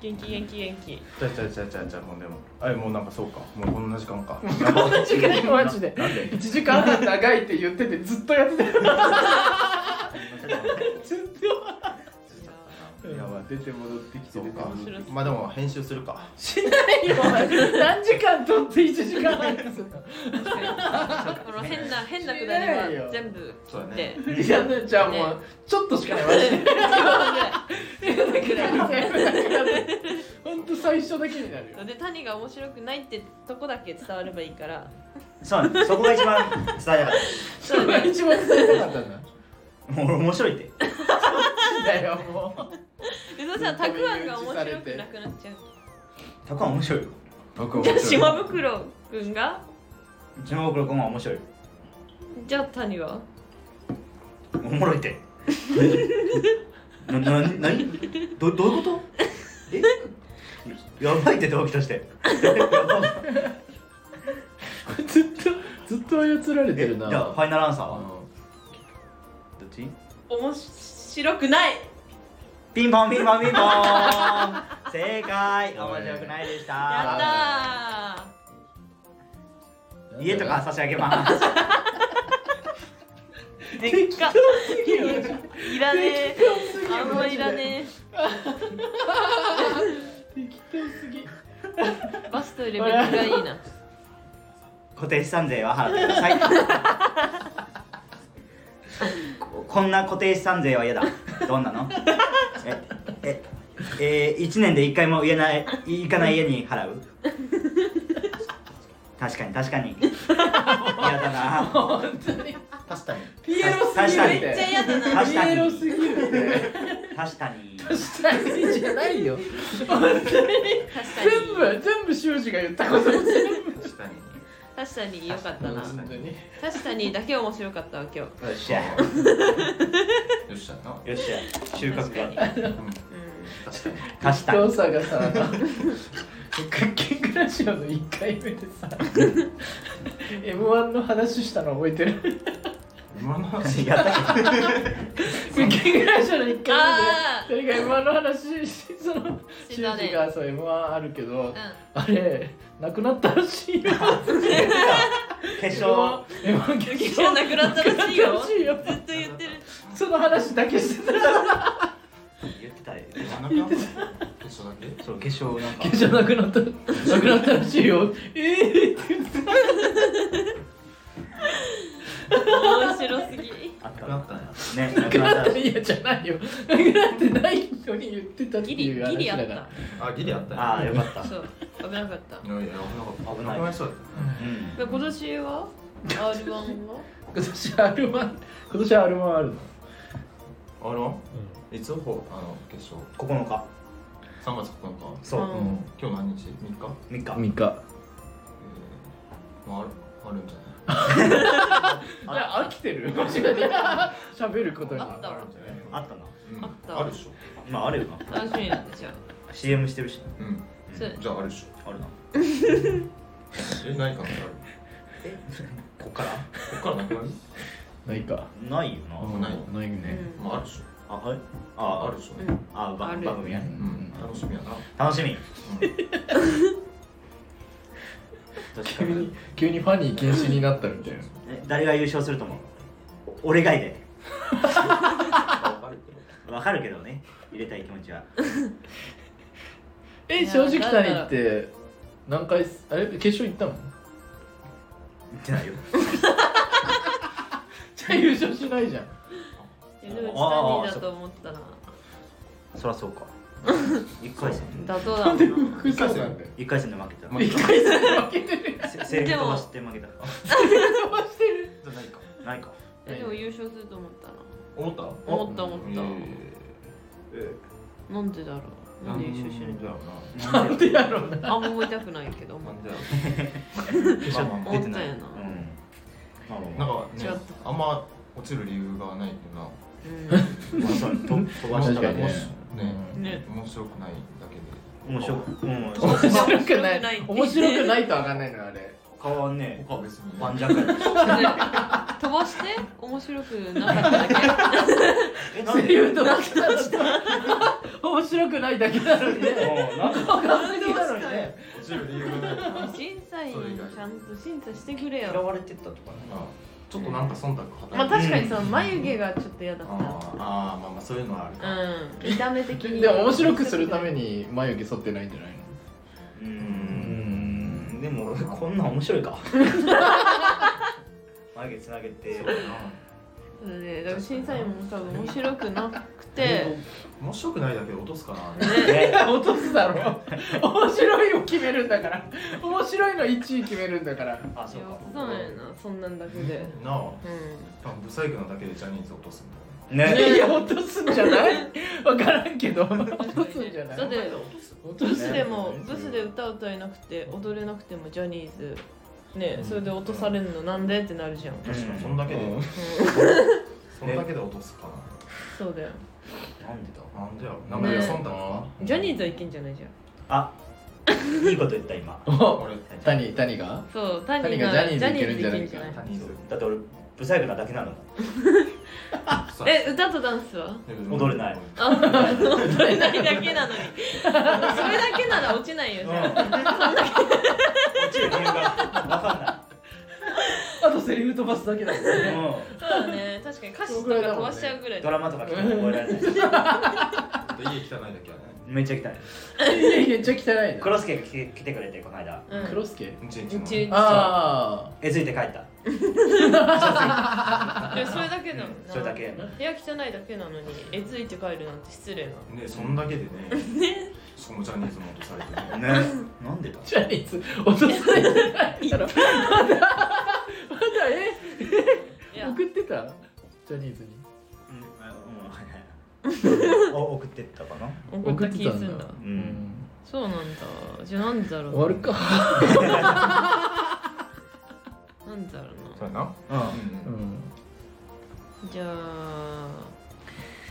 元気元気元気
ちゃちゃちゃちゃちゃもうでもあもうなんかそうかもうこんな時間か
同じぐらいマジで1時間半長いって言っててずっとやってた
やばい
出て戻ってきて
そう
出て
か
戻ってきて
まあでも編集するか
何時間撮って1時間半です
この変な変なくだりは全部切
そうだ
って
ね
いやじゃあもうちょっとしかないマジ でほんと最初だけになるよ
で谷が面白くないってとこだけ伝わればいいから
そうなんですそこが一番伝えたかっ
それが一番伝えたかったんだ
たもう面白いって
だよもう
でそうしたらたくあんが面白くなくなっちゃう
たくあん面白いよ
僕
じゃあ
面白い
島袋くんが
島袋君は面白い
じゃあ谷は
おもろいってなななにどどういうことえやばいって動機と してやばい
ずっとずっと操られてるな
じゃあファイナルアンサー
あ
は
の
どっち
面白くない
ピンポンピンポンピンポン正解面白くないで
やっ
し
たたー
家とか差し上げます
結果いらねえあんまいらね
適当すぎ
えバスと入れべきがいいな
固定資産税は払ってください ここんな固定資産税は嫌だどんなのえええー、1年で1回も言えない行かない家に払う確かに確かに嫌だな
確かに
ピエロす
確
ぎ
か
る
に
めっちゃ嫌だな
確か
ピエロ
に
すぎる
確かに
下にじゃないよ
確か
全
に
部全部修士が言ったこと全部
確かに
確かに良かったな
本当によ
確かにだけ面白かったわ今日
よっしゃよ
っしゃな
っしゃ収穫
確
が
う
確かに
足した
お父さんがさあのクッキングラジオの1回目でさ m 1の話したの覚えてる
今の話
やったっ
クッキングラジオの1
ん
回
あ
目で誰か M1 の話しその
し
修
たね
二がそう m 1あるけど、
あ
あれなくなったらしいよ
け決勝
m 1
うん劇場なくなったらしいよずっ
いよ
と言ってる
その話だけしてた
言ってたよ
真ん中一緒だけ
そう決勝なんか
じゃなくなったなくなったらしいよええ
面白すぎ
あっ
なくなったね
た
な
ね
くなったいやじゃないよなくなってないのに言ってたってい
ギリ
う
ギ
話
リあ
だ
っ
から
た
あギリあった
ああよかっ
そう危なかった
いやいや危なかった
危ない、
危ないそうだった
うん
で今年は R1 は
今年 R1 今年 R1 あるの
たあのいつほあの決勝
9日
3月9日
そううん
今日何日3日
3日
3日
えーまああるあるんじゃない
いや飽きてるマジで喋ることに
あったわ
あったな
あった
あるでしょ
まああるよな
楽しみなんですよ
CM してるしな
うん
そう
じゃああるでしょ
あるな
え何考えある
こっから
こっからなくなる
ないか
ないよ
う
なん
ない
ない
うん
ね
まああるでしょ
あはいあ
あ
あ
る
る
でしょ
うん
あば
ある
番組や
う
ね
ん
楽しみやな
楽しみ
うん
確か
急
に
に急にファニー禁止になったみたいな
え誰が優勝すると思うお俺がいでわかるけどね入れたい気持ちは
え
いや
正直谷って何回すあれ決勝行った の
言ってないよ
じゃあ優勝しないじゃん
いやでも下にだと思ったな
そらそうか1回戦
妥当だもんな
副賞なんだよ
一回戦で負けた
一回戦負けてるやん
せ セーフ飛ばして負けた
してる
ないか
ないか
えでも優勝すると思ったな
思った
思った思った
え
なんでだろうなんで優勝し ないんだろ
なんでやろうな
うあんま思いたくないけど
な
思っ
んでやろまあまあま
思ったよな
なるほ
あ
ど
なんか
違っ
ねあんま落ちる理由がないよな
う
まあそうと飛ばし
確
た
からにね
ね
んね
面白くないだけで
面白くうん
面
そう
白くな
面白くない
い面白くないとわかんないのよあれ
他はね
他は別に
盤石やで
ね飛ばして面白くなか っただ
えなん
セ
で
リフとか面白くないだけなのに ね
うんなんか
なのにね
落ちる理由がないから
け審査員ちゃんと審査してくれ
嫌
よ
われてたとかね
ちょっとなんか忖度働いて
まあ確かにその眉毛がちょっと嫌だっ
あーあーまあまあそういうのはある
たうん見た目的に
でも面白くするために眉毛剃ってないんじゃないの
う
うんん
でも俺こんなん面白いか眉毛つなげて
そうだねだから審査員も多分面白くなくて
面白くないだけで落とすかな
ね
落とすだろ面白いを決めるんだから面白いの1位決めるんだから
あそうか
そうなんやなそんなんだけで
なあ
う
多分ブサイクなだけでジャニーズ落とすんだよね
ね
いや落とすんじゃないわからんけど落
ん
とすんじゃない
だって
落と
ブ
す
スでもブスで歌歌えなくて踊れなくてもジャニーズねそれで落とされるのなんでってなるじゃん、うん、
確かにそんだけで、
うん
そんだけで落とすか
そうだよ
なんでだ
ななんでやろなんかで
ね
忖度か
ジャニーズはいけんじゃないじゃん
あいいこと言った今
お
俺
谷谷 が
そう谷
谷
が
が
ジ
ジ
ャ
ャ
ニ
ニ
ー
ー
ズ
ズいける
いけるん
ん
じ
じ
ゃ
ゃ
な
ないいか
か
他人数
だって俺不細工なだけなの
え歌とダンスは
踊れない
あ踊れないだけなのにそれだけなら落ちないよ、
うん落ちる理由がわか
あとセリフ飛ばすだけだ
んないうん
そうだね確かに歌詞とか飛ばしちゃうぐらい
ド
だ
ラマとか聞いても覚えられない
家汚いだけはね
めっちゃ汚い
いやいやめっちゃ汚い
ク
な
ロスケが来て来てくれてこの間
うん
クロスケ
うちうち
う
の
ち
あ
えずいて帰った
いやそれだけなの
それだけ
部屋汚いだけなのにえずいて帰るなんて失礼な
ねそんだ けでねそのジャニーズも落とされてね
ねなんでだ
あジャニーズ落とすんじゃないだろまだまだ
い
え
や
送ってたジャニーズに
うんうんお送ってったかな
送った気すんだ
う
そうなんだじゃあなんだろう
終わるか
なんだろう
そうやな
うん
う
うん
ん
なじゃあ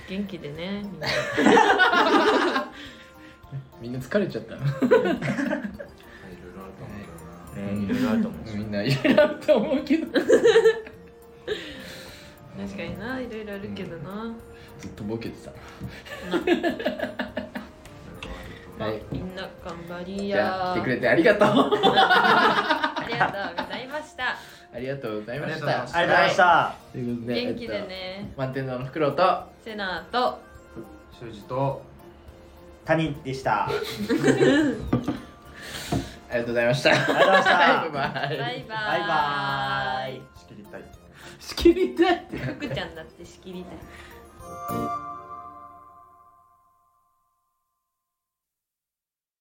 元気でねみんな
みんな疲れちゃった
いろいろあると思うけど
ね
な
いろいろあると思う
みんないろいろあると思うけど
確かにないろいろあるけどな、
ずっとボケてたはい
みんな頑張り
じゃあ来
や
てくれてありがとう
ありがとうございました
ありがとうございまし
ありが
た
とうございまし
ありがとうございました
ということで
元気で
えっ
ね
と満点のフクロウと
セナと
修二と
谷でしたあり
ありがとうございました
がとうございま
バ
した
イバイ
バイバ
バイバーイ
イ
仕切りたい
仕切りたい
福ちゃんだって仕切りたい